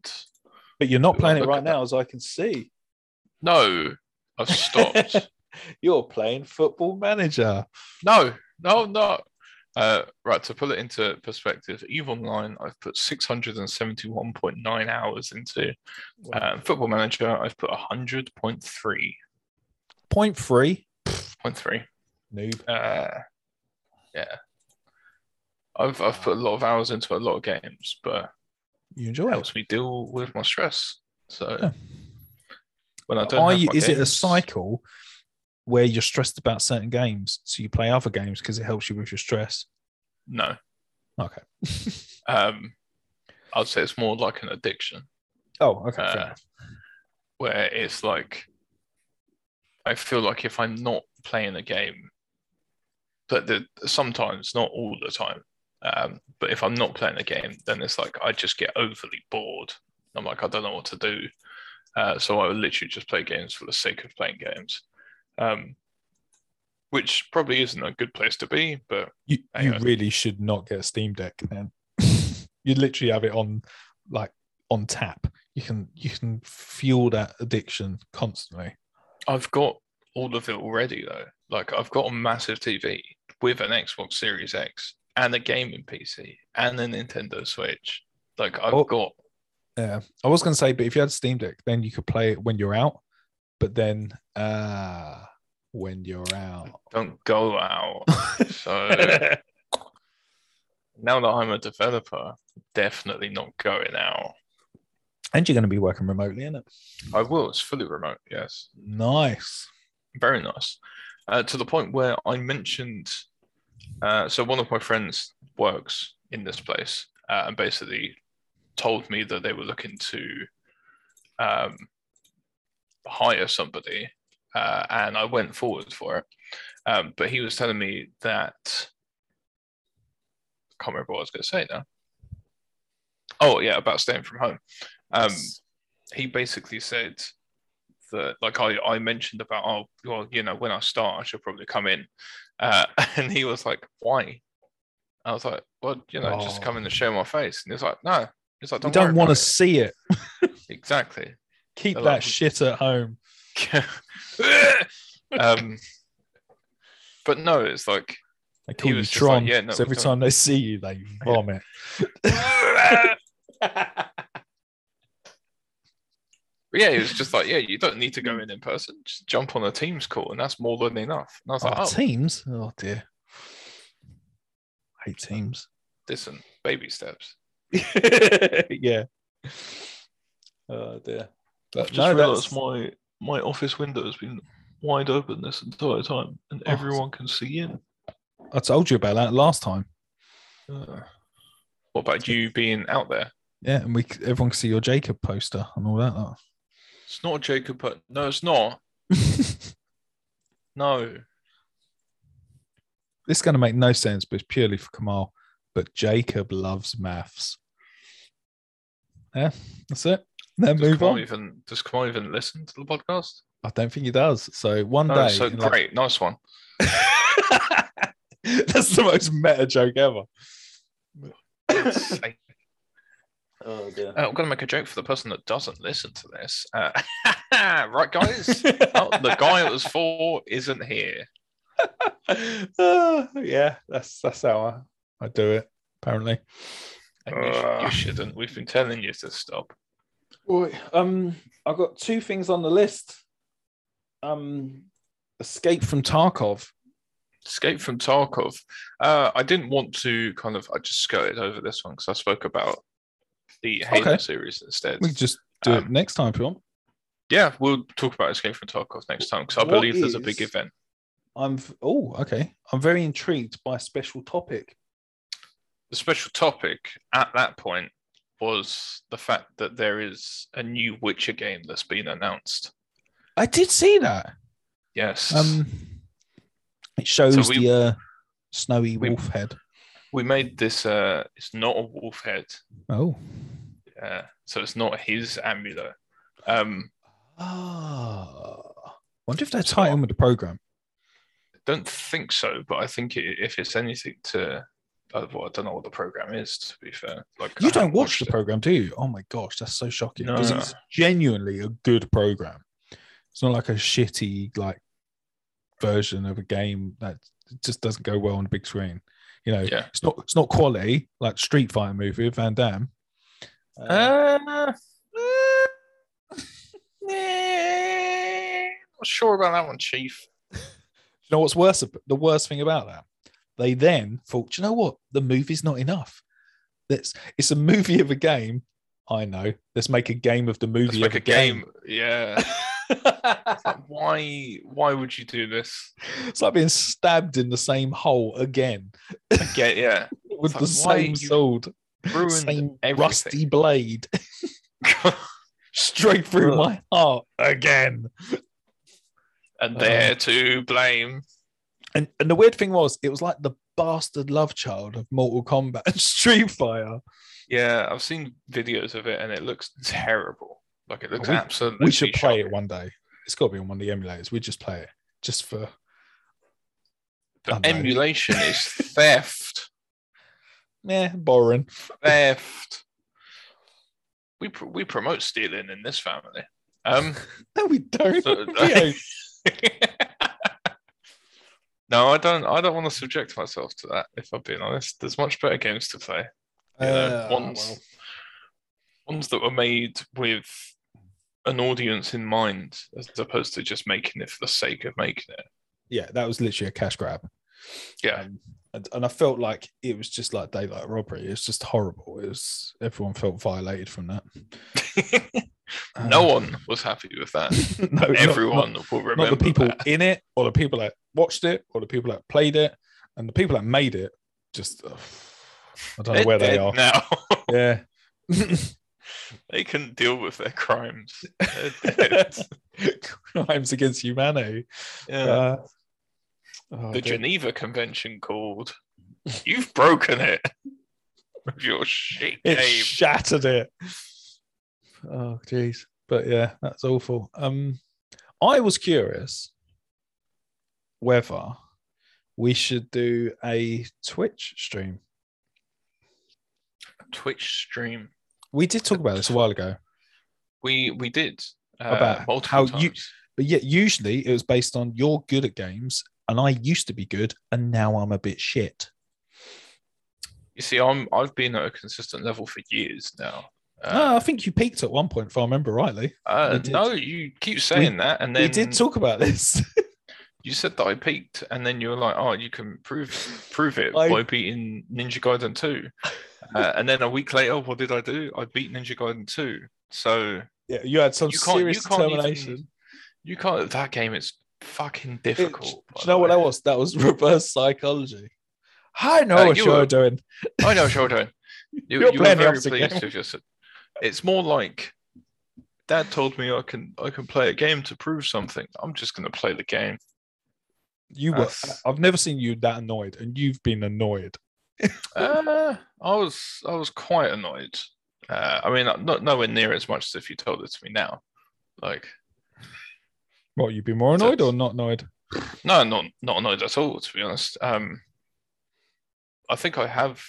A: But you're not
B: Look
A: playing it
B: at
A: right
B: that.
A: now, as I can see.
B: no, I've stopped.
A: you're playing Football Manager.
B: No, no, I'm not. Uh, right, to put it into perspective, EVE Online, I've put 671.9 hours into. Um, Football Manager, I've put 100.3.
A: Point three,
B: 0.3.
A: noob.
B: Uh, yeah. I've, I've put a lot of hours into a lot of games, but
A: You
B: it
A: enjoy it.
B: helps me deal with my stress. So
A: Yeah.
B: when I don't
A: Are
B: have
A: you,
B: my
A: is it a
B: games-
A: cycle where you're stressed about certain games, so you play other games because it helps you with your stress?
B: No.
A: Okay.
B: Um, I'd say it's more like an addiction.
A: Oh, okay. fair
B: Uh,
A: enough.
B: where it's like I feel like if I'm not playing a game, but the, sometimes not all the time, um, but if I'm not playing a game, then it's like I just get overly bored. I'm like I don't know what to do, uh, so I would literally just play games for the sake of playing games, um, which probably isn't a good place to be. But
A: You,
B: hang
A: you
B: on.
A: really should not get a Steam Deck then. you literally have it on like on tap. You can you can fuel that addiction constantly.
B: I've got all of it already though. Like I've got a massive TV with an Xbox Series X and a gaming PC and a Nintendo Switch. Like I've
A: Oh.
B: got
A: Yeah. I was gonna say, but if you had a Steam Deck, then you could play it when you're out. But then uh when you're out.
B: don't go out. so now that I'm a developer, definitely not going out.
A: and you're gonna be working remotely, isn't it?
B: I will. It's fully remote. Yes.
A: Nice.
B: very nice. Uh, to the point where I mentioned, uh, so one of my friends works in this place uh, and basically told me that they were looking to um, hire somebody, uh, and I went forward for it. Um, but he was telling me that I can't remember what I was going to say now. Oh yeah, about staying from home. Um, he basically said that like I, I mentioned about oh well you know when I start I should probably come in uh, and he was like why I was like well you know just
A: Oh.
B: come in and show my face and he was like no he's like
A: you
B: don't,
A: don't want
B: want
A: to see it.
B: to exactly
A: Keep
B: They're
A: that
B: like-
A: shit at home.
B: um but no it's like
A: They call you
B: was just like,
A: Tron.
B: yeah, no,
A: so every
B: don't-
A: time they see you, they vomit.
B: yeah he was just like yeah you don't need to go in in person just jump on a Teams call and that's more than enough and I was like
A: Oh,
B: oh
A: teams. Oh dear. hate teams.
B: listen baby steps
A: yeah. Oh dear.
B: I've
A: But
B: just
A: no,
B: realised
A: that's
B: my my office window has been wide open this entire time, and
A: Oh.
B: everyone can see in.
A: I told you about that last time.
B: Uh, what about you being out there?
A: Yeah, and we c- everyone can see your Jacob poster and all that. Oh, lot.
B: It's not Jacob, but no, it's not. No,
A: this is going to make no sense, but it's purely for Kamal. But Jacob loves maths. Yeah, that's it. Then
B: does
A: move
B: Kamal
A: on.
B: even does Kamal even listen to the podcast?
A: I don't think he does. So one
B: No,
A: day,
B: so
A: in like-
B: great, nice one.
A: that's the most meta joke ever.
B: It's- I-
A: Oh dear.
B: uh, I'm gonna make a joke for the person that doesn't listen to this. Uh, right, guys. Oh, the guy it was for isn't here.
A: Oh, yeah, that's that's how I, I do it. Apparently.
B: And you,
A: Ah.
B: sh- you shouldn't. We've been telling you to stop.
A: Well, um, I've got two things on the list. Um, Escape from Tarkov
B: Escape from Tarkov. Uh, I didn't want to kind of. I just skirted over this one because I spoke about the Halo
A: Okay.
B: series instead.
A: We can just do it
B: Um,
A: next time if you want.
B: Yeah, we'll talk about Escape from Tarkov next time because I
A: What
B: believe there's a big
A: is-
B: event.
A: I'm v- oh okay. I'm very intrigued by special topic.
B: The special topic at that point was the fact that there is a new Witcher game that's been announced.
A: I did see that.
B: Yes.
A: Um, it shows
B: So we-
A: the uh, snowy
B: we-
A: wolf head.
B: we made this uh it's not a wolf head
A: Oh,
B: uh, so it's not his amulet um
A: ah, wonder if they tie in with the program.
B: don't think so but i think i if it's anything to uh, well, i don't know what the program is to be fair like I
A: You don't
B: haven't
A: watch the
B: watched it.
A: program, do you? Oh my gosh, that's so shocking because
B: No.
A: it's genuinely a good program. It's not like a shitty like version of a game that just doesn't go well on a big screen. You know,
B: Yeah.
A: it's not it's not quality like Street Fighter movie with Van Damme.
B: uh, uh, eh, not sure about that one chief
A: you know what's worse? ab- The worst thing about that, they then thought, "Do you know what? The movie's not enough. That's it's a movie of a game. I know. Let's make a game of the
B: it's
A: movie
B: like
A: of
B: a game, yeah It's like, why why would you do this
A: it's like being stabbed in the same hole again
B: get yeah
A: with the
B: It's like, why
A: same
B: you
A: sword,
B: ruined
A: same
B: everything.
A: rusty blade straight through
B: Ugh.
A: my heart again. Um,
B: and they're to blame
A: And and the weird thing was, it was like the bastard love child of Mortal Kombat and Street Fighter.
B: Yeah, I've seen videos of it and it looks terrible. Like it looks
A: We-
B: absolutely.
A: We should play it one day. It's got to be on one of the emulators. We just play it just for
B: shocking. But
A: I know.
B: emulation is theft.
A: yeah, boring.
B: Theft. We pr- we promote stealing in this family. Um,
A: No, we don't.
B: So- uh,
A: Yeah.
B: no, I don't. I don't want to subject myself to that. If I'm being honest, there's much better games to play. You
A: Uh,
B: know, ones
A: well,
B: ones that were made with an audience in mind, as opposed to just making it for the sake of making it.
A: yeah, that was literally a cash grab.
B: Yeah.
A: Um, and, and I felt like it was just like daylight robbery. It was just horrible. It was everyone felt violated from that. Uh,
B: no one was happy with that.
A: no, not- not-
B: Everyone will
A: not
B: remember
A: the people
B: that.
A: in it or the people that watched it or the people that played it and the people that made it just uh, i don't know
B: They're
A: where they
B: dead
A: are
B: now.
A: yeah
B: they couldn't deal with their crimes. They're dead.
A: crimes against humanity
B: Yeah.
A: Uh, oh,
B: the
A: dear.
B: Geneva Convention called. You've broken it with your shit
A: it
B: game.
A: shattered it oh jeez but yeah that's awful um i was curious whether we should do a twitch stream
B: Twitch stream.
A: we did talk about this a while ago
B: We we did uh,
A: About
B: multiple
A: how
B: times.
A: you- But yet, usually it was based on you're good at games, and I used to be good, and now I'm a bit shit.
B: You see, I'm I've been at a consistent level for years now.
A: no,
B: Uh,
A: I think you peaked at one point, if I remember rightly. Ah, we
B: uh,
A: did.
B: no, you keep saying that, and then
A: we did talk about this.
B: you said that I peaked, and then you were like, "Oh, you can prove prove it
A: I-
B: by beating Ninja Gaiden 2. Uh, and then a week later, what did I do? I beat Ninja Gaiden 2. So
A: yeah, you had some
B: You can't- you
A: serious
B: can't even-
A: determination.
B: you can't. That game is fucking
A: It-
B: difficult.
A: do
B: by
A: you
B: the
A: know what
B: way.
A: that was? That was reverse psychology. I know
B: Uh,
A: what
B: you
A: you are
B: were-
A: doing.
B: I know, sure doing. You,
A: You're
B: you were
A: playing the
B: very
A: opposite
B: pleased
A: game.
B: with yourself. It's more like Dad told me I can I can play a game to prove something. I'm just gonna play the game.
A: You were.
B: That's-
A: I've never seen you that annoyed, and you've been annoyed.
B: Uh, I was I was quite annoyed. Uh, I mean, not nowhere near as much as if you told it to me now. Like,
A: What you've been more annoyed
B: That's-
A: or not annoyed?
B: No, not not annoyed at all, to be honest. Um, I think I have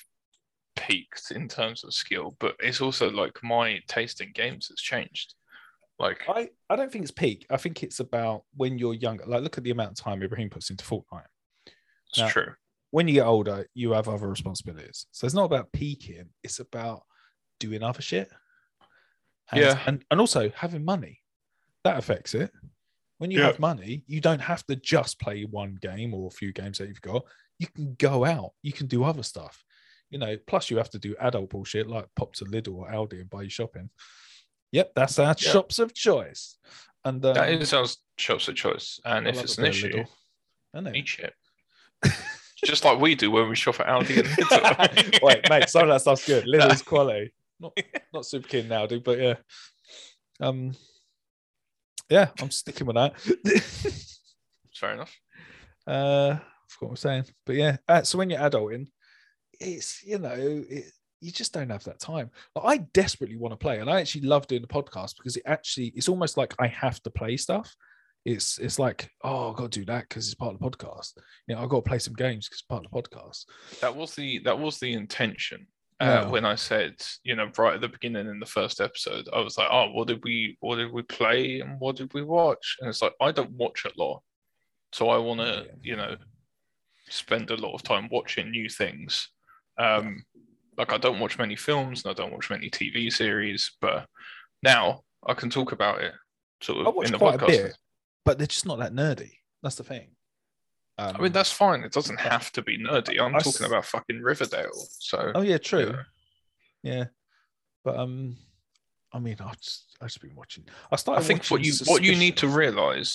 B: peaked in terms of skill, but it's also like my taste in games has changed. Like,
A: I, I don't think it's peak. I think it's about when you're younger. Like, look at the amount of time Ibrahim puts into Fortnite.
B: it's
A: now-
B: true.
A: when you get older, you have other responsibilities. So it's not about peaking, it's about doing other shit. And,
B: Yeah.
A: And, and also having money. That affects it. When you
B: Yeah.
A: have money, you don't have to just play one game or a few games that you've got. You can go out, you can do other stuff. You know, plus you have to do adult bullshit like pop to Lidl or Aldi and buy your shopping. Yep, that's our
B: Yeah.
A: shops of choice. And um,
B: that is our shops of choice, and
A: I
B: if
A: love
B: it's
A: a
B: an
A: bit of
B: issue,
A: Lidl, isn't it?
B: eat shit. Just like we do when we shop at Aldi and Lidl.
A: Wait, mate, some of that stuff's good. Lidl's quality. Not not super keen now, dude, but yeah. Um yeah, I'm sticking with that.
B: Fair enough.
A: uh I forgot what I'm saying. But yeah, uh, so when you're adulting, it's you know, it, you just don't have that time. But I desperately want to play, and I actually love doing the podcast because it actually it's almost like I have to play stuff. It's it's like, oh, I've got to do that because it's part of the podcast. You know, I've got to play some games because it's part of the podcast. Um,
B: That was the that was the intention. Uh,
A: Yeah.
B: When I said, you know, right at the beginning in the first episode, I was like, "Oh, what did we, what did we play, and what did we watch?" And it's like I don't watch a lot, so I want to,
A: Yeah.
B: you know, spend a lot of time watching new things. Um, Like I don't watch many films and I don't watch many TV series, but now I can talk about it sort
A: I
B: of
A: watch
B: in the
A: quite a
B: podcast.
A: bit, but they're just not that nerdy. That's the thing. Um,
B: I mean, that's fine. It doesn't have to be nerdy. I'm
A: I s-
B: talking about fucking Riverdale, so.
A: oh yeah,
B: you
A: true,
B: know.
A: yeah. But um, I mean, I've just I've just been watching. I
B: I
A: started.
B: think what you
A: watching
B: what you need to
A: Suspicious.
B: realize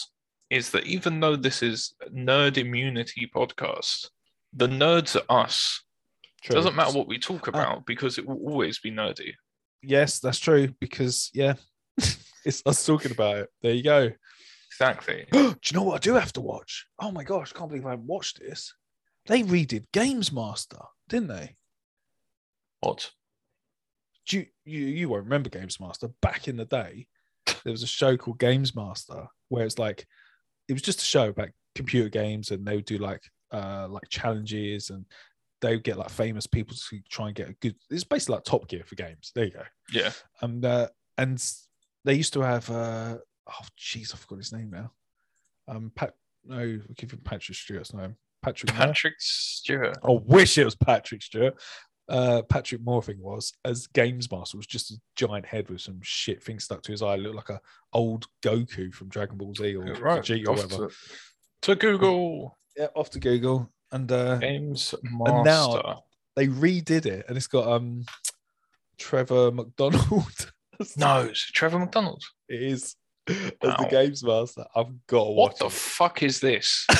B: is that even though this is a nerd immunity podcast, the nerds are us. It
A: True. Uh,
B: Doesn't matter what we talk about because it will always be nerdy.
A: Yes, that's true because yeah, it's us talking about it. There you go.
B: Exactly.
A: Do you know what I do have to watch? Oh my gosh, I can't believe I haven't watched this. They redid Games Master, didn't they?
B: What?
A: do you, you you won't remember Games Master back in the day there was a show called Games Master where it's like it was just a show about computer games and they would do like uh like challenges and they would get like famous people to try and get a good it's basically like top gear for games there you go
B: Yeah.
A: and uh, and they used to have uh oh jeez I forgot his name now um Pat no we'll give him Patrick Stewart's name Patrick Moore?
B: Patrick Stewart.
A: I wish it was Patrick Stewart. Uh, Patrick Moore thing was as Games Master was just a giant head with some shit thing stuck to his eye, looked like a old Goku from Dragon Ball Z or
B: Right.
A: Vegeta or
B: Off
A: whatever.
B: to, to Google
A: yeah, off to Google, and uh,
B: Games
A: now-
B: Master.
A: they redid it, and it's got um Trevor McDonald.
B: no, it's Trevor McDonald.
A: it is as the
B: Wow.
A: Games Master. I've got to watch
B: What the fuck is this?
A: it.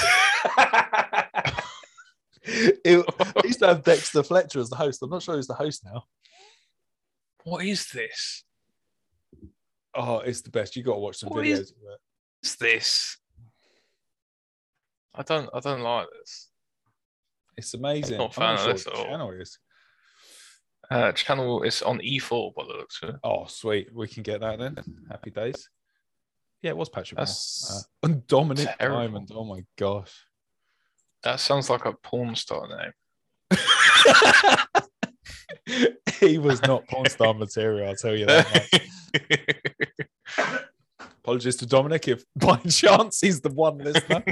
A: it. I used to have Dexter Fletcher as the host. I'm not sure who's the host now.
B: what is this?
A: Oh, it's the best. You got to watch some
B: What
A: videos.
B: is-
A: of it.
B: What's this? I don't I don't like this.
A: It's amazing.
B: Not a
A: I'm
B: fan of
A: sure
B: this
A: what
B: at all.
A: channel it is.
B: Uh, channel is on E4 by the looks of it.
A: Oh, sweet. We can get that then. Happy days. Yeah, it was Patrick Moore. Uh,
B: That's-
A: and Dominic
B: terrible.
A: Diamond. Oh my gosh.
B: That sounds like a porn star name.
A: he was not porn star material, I'll tell you that much. Apologies to Dominic if by chance he's the one listener.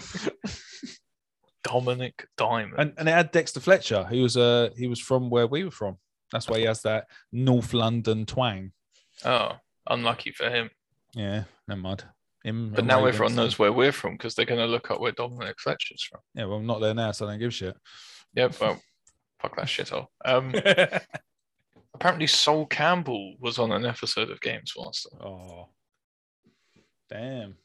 B: Dominic Diamond.
A: and, and it had Dexter Fletcher, who was uh he was from where we were from. That's why he has that North London twang.
B: oh, unlucky for him.
A: Yeah, never mind. Him
B: But
A: and
B: now
A: Ray
B: everyone
A: Winston.
B: knows where we're from because they're going to look up where Dominic Fletcher's from.
A: Yeah, well, I'm not there now, so I don't give a shit.
B: Yeah, well, fuck that shithole. Um, apparently, Sol Campbell was on an episode of Games Master.
A: Oh, damn.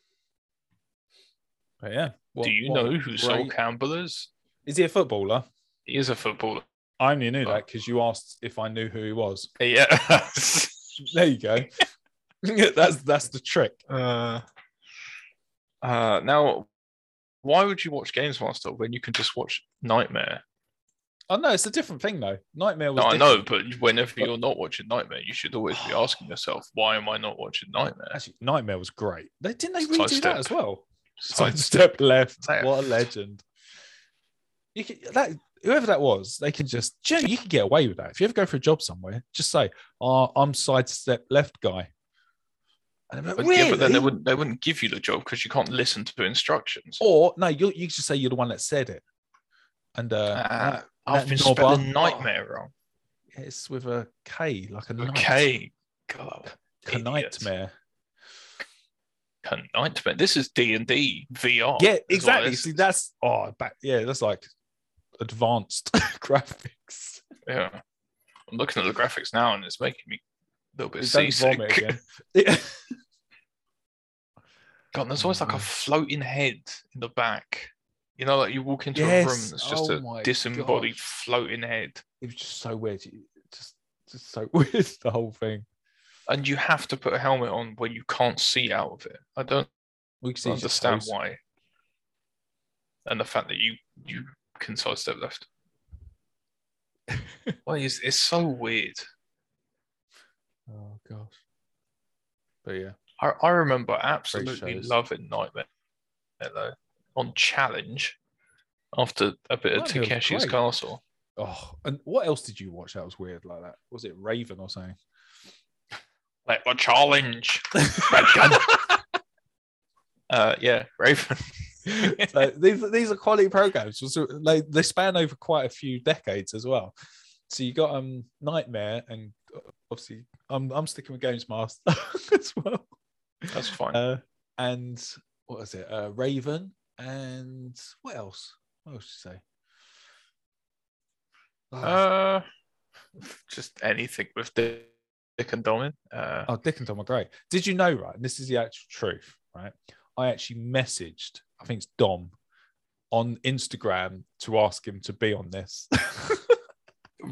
A: But yeah. What-
B: Do you
A: what
B: know who Sol
A: great-
B: Campbell is?
A: Is he a footballer?
B: He is a footballer.
A: I only knew that because you asked if I knew who he was.
B: Yeah.
A: There you go. that's that's the trick.
B: uh, uh, now, why would you watch Games Master when you can just watch Nightmare?
A: Oh no, it's a different thing though. Nightmare was.
B: No, I
A: different.
B: know, but whenever
A: But-
B: you're not watching Nightmare, you should always be asking yourself, why am I not watching Nightmare?
A: Actually, Nightmare was great. They didn't they redo
B: Sidestep.
A: that as well.
B: So
A: Sidestep step left.
B: Yeah.
A: What a legend. You can, that whoever that was, they can just do you, know, you can get away with that. If you ever go for a job somewhere, just say, "Oh, I'm sidestep left guy." And I'm like,
B: but, yeah, but then they
A: "Really?"
B: wouldn't they wouldn't give you the job because you can't listen to instructions.
A: Or no, you you just say you're the one that said it. And uh,
B: Ah,
A: that- that
B: I've been
A: knobber-
B: spelling nightmare wrong.
A: Oh, it's with a K, like a
B: Okay. God. idiot.
A: nightmare.
B: cunt man. This is D and D VR.
A: yeah,
B: is Oh, what
A: exactly.
B: this
A: See,
B: is.
A: that's oh, back, yeah, that's like advanced graphics.
B: yeah. I'm looking at the graphics now, and it's making me a little bit
A: Don't vomit
B: seasick.
A: again. Yeah.
B: God, there's always like a
A: Mm.
B: floating head in the back. You know, like you walk into a room,
A: Yes.
B: and it's just
A: Oh
B: a
A: my
B: disembodied
A: gosh.
B: floating head,
A: It was just so weird. You- Just, just so weird. The whole thing.
B: and you have to put a helmet on when you can't see out of it. I don't
A: We could see his
B: understand
A: toes.
B: why, and the fact that you you can sidestep left. Why is it's so weird?
A: Oh gosh. But yeah,
B: I, I remember absolutely
A: shows.
B: loving Nightmare though on Challenge after a bit of
A: Nightmare was
B: Takeshi's
A: great.
B: Castle.
A: Oh, and what else did you watch that was weird like that? Was it Raven or something?
B: Like my challenge. Red gun. uh, yeah, Raven.
A: so these these are quality programs. So they, they span over quite a few decades as well. So you got um Nightmare and uh, obviously I'm I'm sticking with Games Master as well.
B: That's fine.
A: Uh, and what is it? Uh, Raven and what else? What else did you say? Oh,
B: Uh, just anything with Dick, Dick and Domin. Uh,
A: Oh, Dick and Tom are great. Did you know, right? And this is the actual truth, right? I actually messaged, I think it's Dom, on Instagram to ask him to be on this.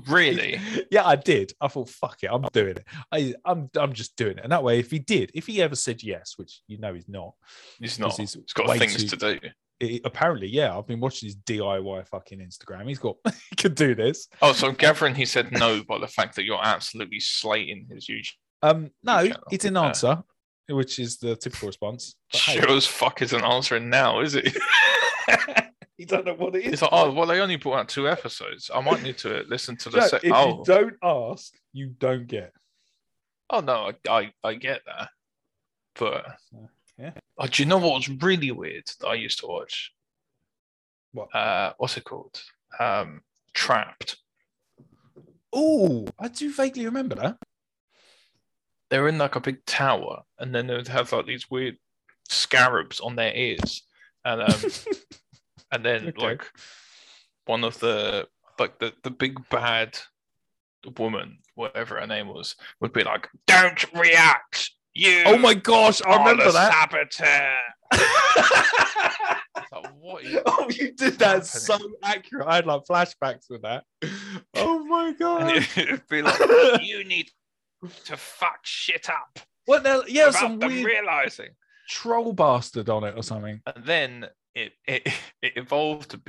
B: really?
A: yeah, I did. I thought, fuck it, I'm doing it. I, I'm, I'm just doing it. And that way, if he did, if he ever said yes, which you know he's not,
B: He's
A: 'cause
B: not. He's got
A: way
B: things
A: too-
B: to do.
A: it- apparently, yeah, I've been watching his DIY fucking Instagram. He's got, he could do this.
B: Oh, so I'm gathering he said no by the fact that you're absolutely slating his YouTube.
A: Um, no,
B: Okay.
A: he didn't answer, which is the typical response. But hey,
B: Sure as fuck isn't answering now, is it?
A: he don't know what it is.
B: He's like, oh, well, they only brought out two episodes. I might need to listen to the.
A: No,
B: se-
A: if
B: oh,
A: you don't ask, you don't get.
B: oh no, I, I, I get that, but
A: So, yeah.
B: Oh, do you know what was really weird that I used to watch?
A: What?
B: Uh, what's it called? Um, Trapped.
A: Oh, I do vaguely remember that.
B: They're in like a big tower, and then they would have like these weird scarabs on their ears, and um, and then
A: Okay.
B: like one of the like the, the big bad woman, whatever her name was, would be like, "Don't react, you."
A: oh my gosh, I
B: are
A: remember
B: the
A: that.
B: Saboteur. It's like, what are you-
A: oh, you did that so accurate. I had like flashbacks with that. Oh my
B: And
A: god.
B: it- it'd be like, you need to fuck shit up
A: What the yeah, some
B: without them
A: weird
B: realizing.
A: troll bastard on it or something.
B: And then it it, it evolved and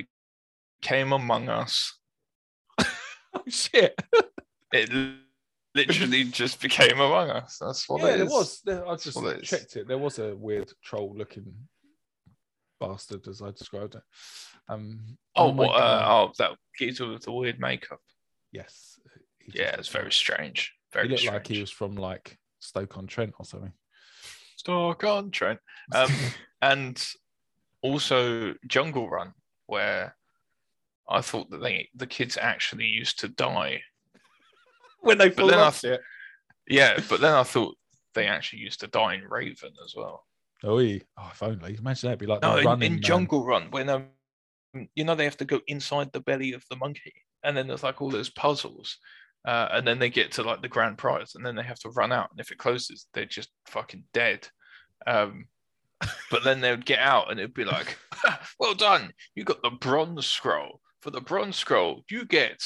B: became Among Us.
A: Oh shit.
B: It l- literally just became Among Us. That's what
A: yeah,
B: it
A: there
B: is.
A: was. There, I just
B: what it is.
A: checked it. There was a weird troll looking bastard as I described it. Um
B: Oh,
A: my
B: what, uh,
A: God.
B: oh, that geezer with the weird makeup.
A: yes. He
B: Yeah,
A: just
B: it's
A: looked
B: very strange. Very
A: he looked
B: strange.
A: like he was from like Stoke on Trent or something.
B: Stock on Trent. Um, and also Jungle Run, where I thought that they the kids actually used to die.
A: when they
B: fall then I- off
A: it.
B: Yeah, but then I thought they actually used to die in Raven as well.
A: Oh, if only. Imagine that'd be like
B: No,
A: the
B: in,
A: running
B: in
A: man.
B: Jungle Run, when um, you know they have to go inside the belly of the monkey, and then there's like all those puzzles. Uh, and then they get to like the grand prize, and then they have to run out. And if it closes, they're just fucking dead. Um, but then they would get out, and it'd be like, "Well done, you got the bronze scroll. For the bronze scroll, you get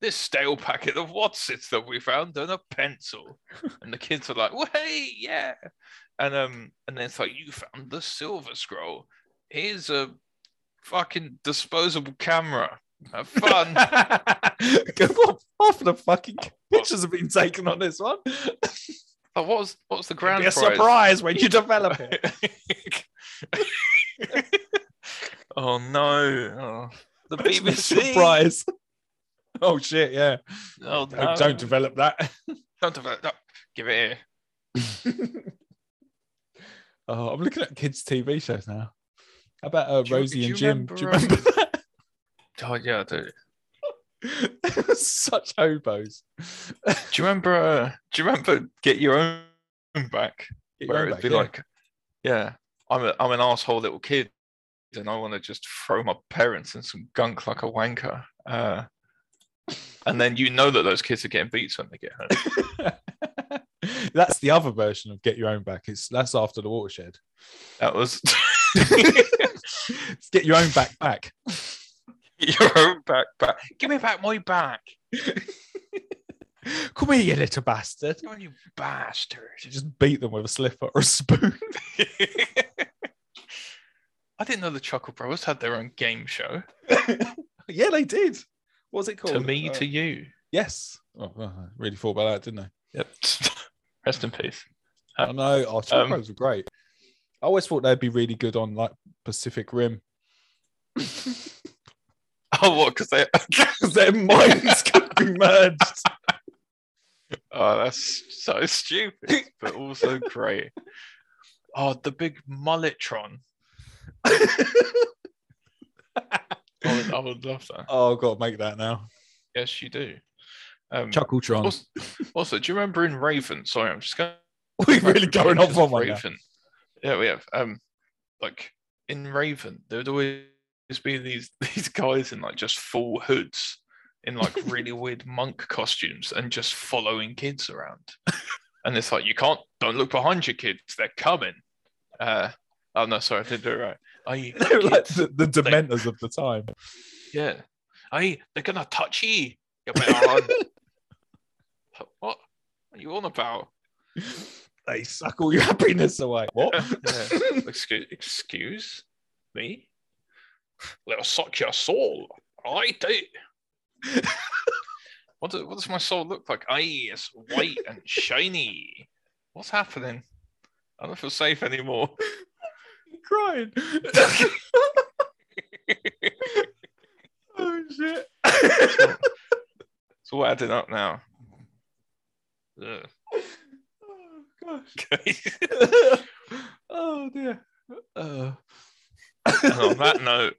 B: this stale packet of Watsits that we found and a pencil." and the kids are like, "Way, yeah!" And um, and then it's like, "You found the silver scroll. Here's a fucking disposable camera. Have fun."
A: Good one. Half the fucking pictures have been taken on this one.
B: Like, what was what was the
A: It'd
B: grand
A: be a
B: prize?
A: surprise when you develop it.
B: oh no! Oh, the
A: It's a
B: BBC.
A: surprise. Oh shit! Yeah.
B: Oh,
A: Don't-
B: no.
A: Don't develop that.
B: don't develop. No. Give it here.
A: oh, I'm looking at kids' TV shows now. How about uh,
B: Do you-
A: Rosie
B: do
A: and
B: you
A: Jim?
B: remember,
A: do you remember that?
B: Oh yeah, I do. um,
A: Such hobos.
B: Do you remember? Uh, do you remember? Get your own back.
A: Get your
B: where
A: own
B: it'd
A: back,
B: be
A: yeah.
B: like yeah, I'm a, I'm an asshole little kid, and I want to just throw my parents in some gunk like a wanker. Uh, and then you know that those kids are getting beats when they get home.
A: that's the other version of get your own back. It's that's after the watershed.
B: That was
A: It's get your own back back.
B: your own back back. Give me back my back.
A: Come here, you little bastard.
B: Come on, you bastard.
A: You just beat them with a slipper or a spoon.
B: I didn't know the Chuckle Brothers had their own game show.
A: yeah, they did. What was it called?
B: To me,
A: Uh,
B: to you.
A: yes. Oh, well, I really thought about that, didn't I?
B: Yep. Rest in peace.
A: I know. Our
B: Um,
A: programs were great. I always thought they'd be really good on like Pacific Rim.
B: Oh, what? Because they.
A: 'Cause their minds could be merged.
B: Oh, that's so stupid, but also great. Oh, the big mulletron. I would, I would love that.
A: oh, I've got to make that now.
B: Yes, you do.
A: Hmm.
B: Um,
A: Chuckletron.
B: also, also, do you remember in Raven? Sorry, I'm just going.
A: We're really going off on one now.
B: Raven. Yeah, we have. Um, like in Raven, there would always be these these guys in like just full hoods, in like really weird monk costumes, and just following kids around. and it's like you can't don't look behind you, kids. They're coming. Uh, oh no, sorry, I didn't do it right. I
A: They were like the, the dementors of the time.
B: yeah. Hey, they're gonna touch you. You better run. what are you on about?
A: They suck all your happiness away. What?
B: Yeah. excuse, excuse me? They'll suck your soul. I do. what, do, what does my soul look like? Aye, it's white and shiny. What's happening? I don't feel safe anymore.
A: crying. oh shit.
B: It's all adding up now. Ugh.
A: oh gosh. oh dear. Uh,
B: and
A: Oh,
B: on that note,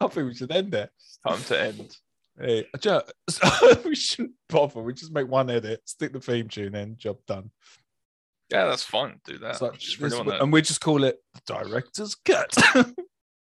A: I think we should end it.
B: it's time to end.
A: Hey, I ju- so we shouldn't bother. We just make one edit, stick the theme tune in, job done.
B: Yeah, that's fine. Do that.
A: It's like,
B: Just
A: this-
B: really wanna-
A: and we just call it the director's cut.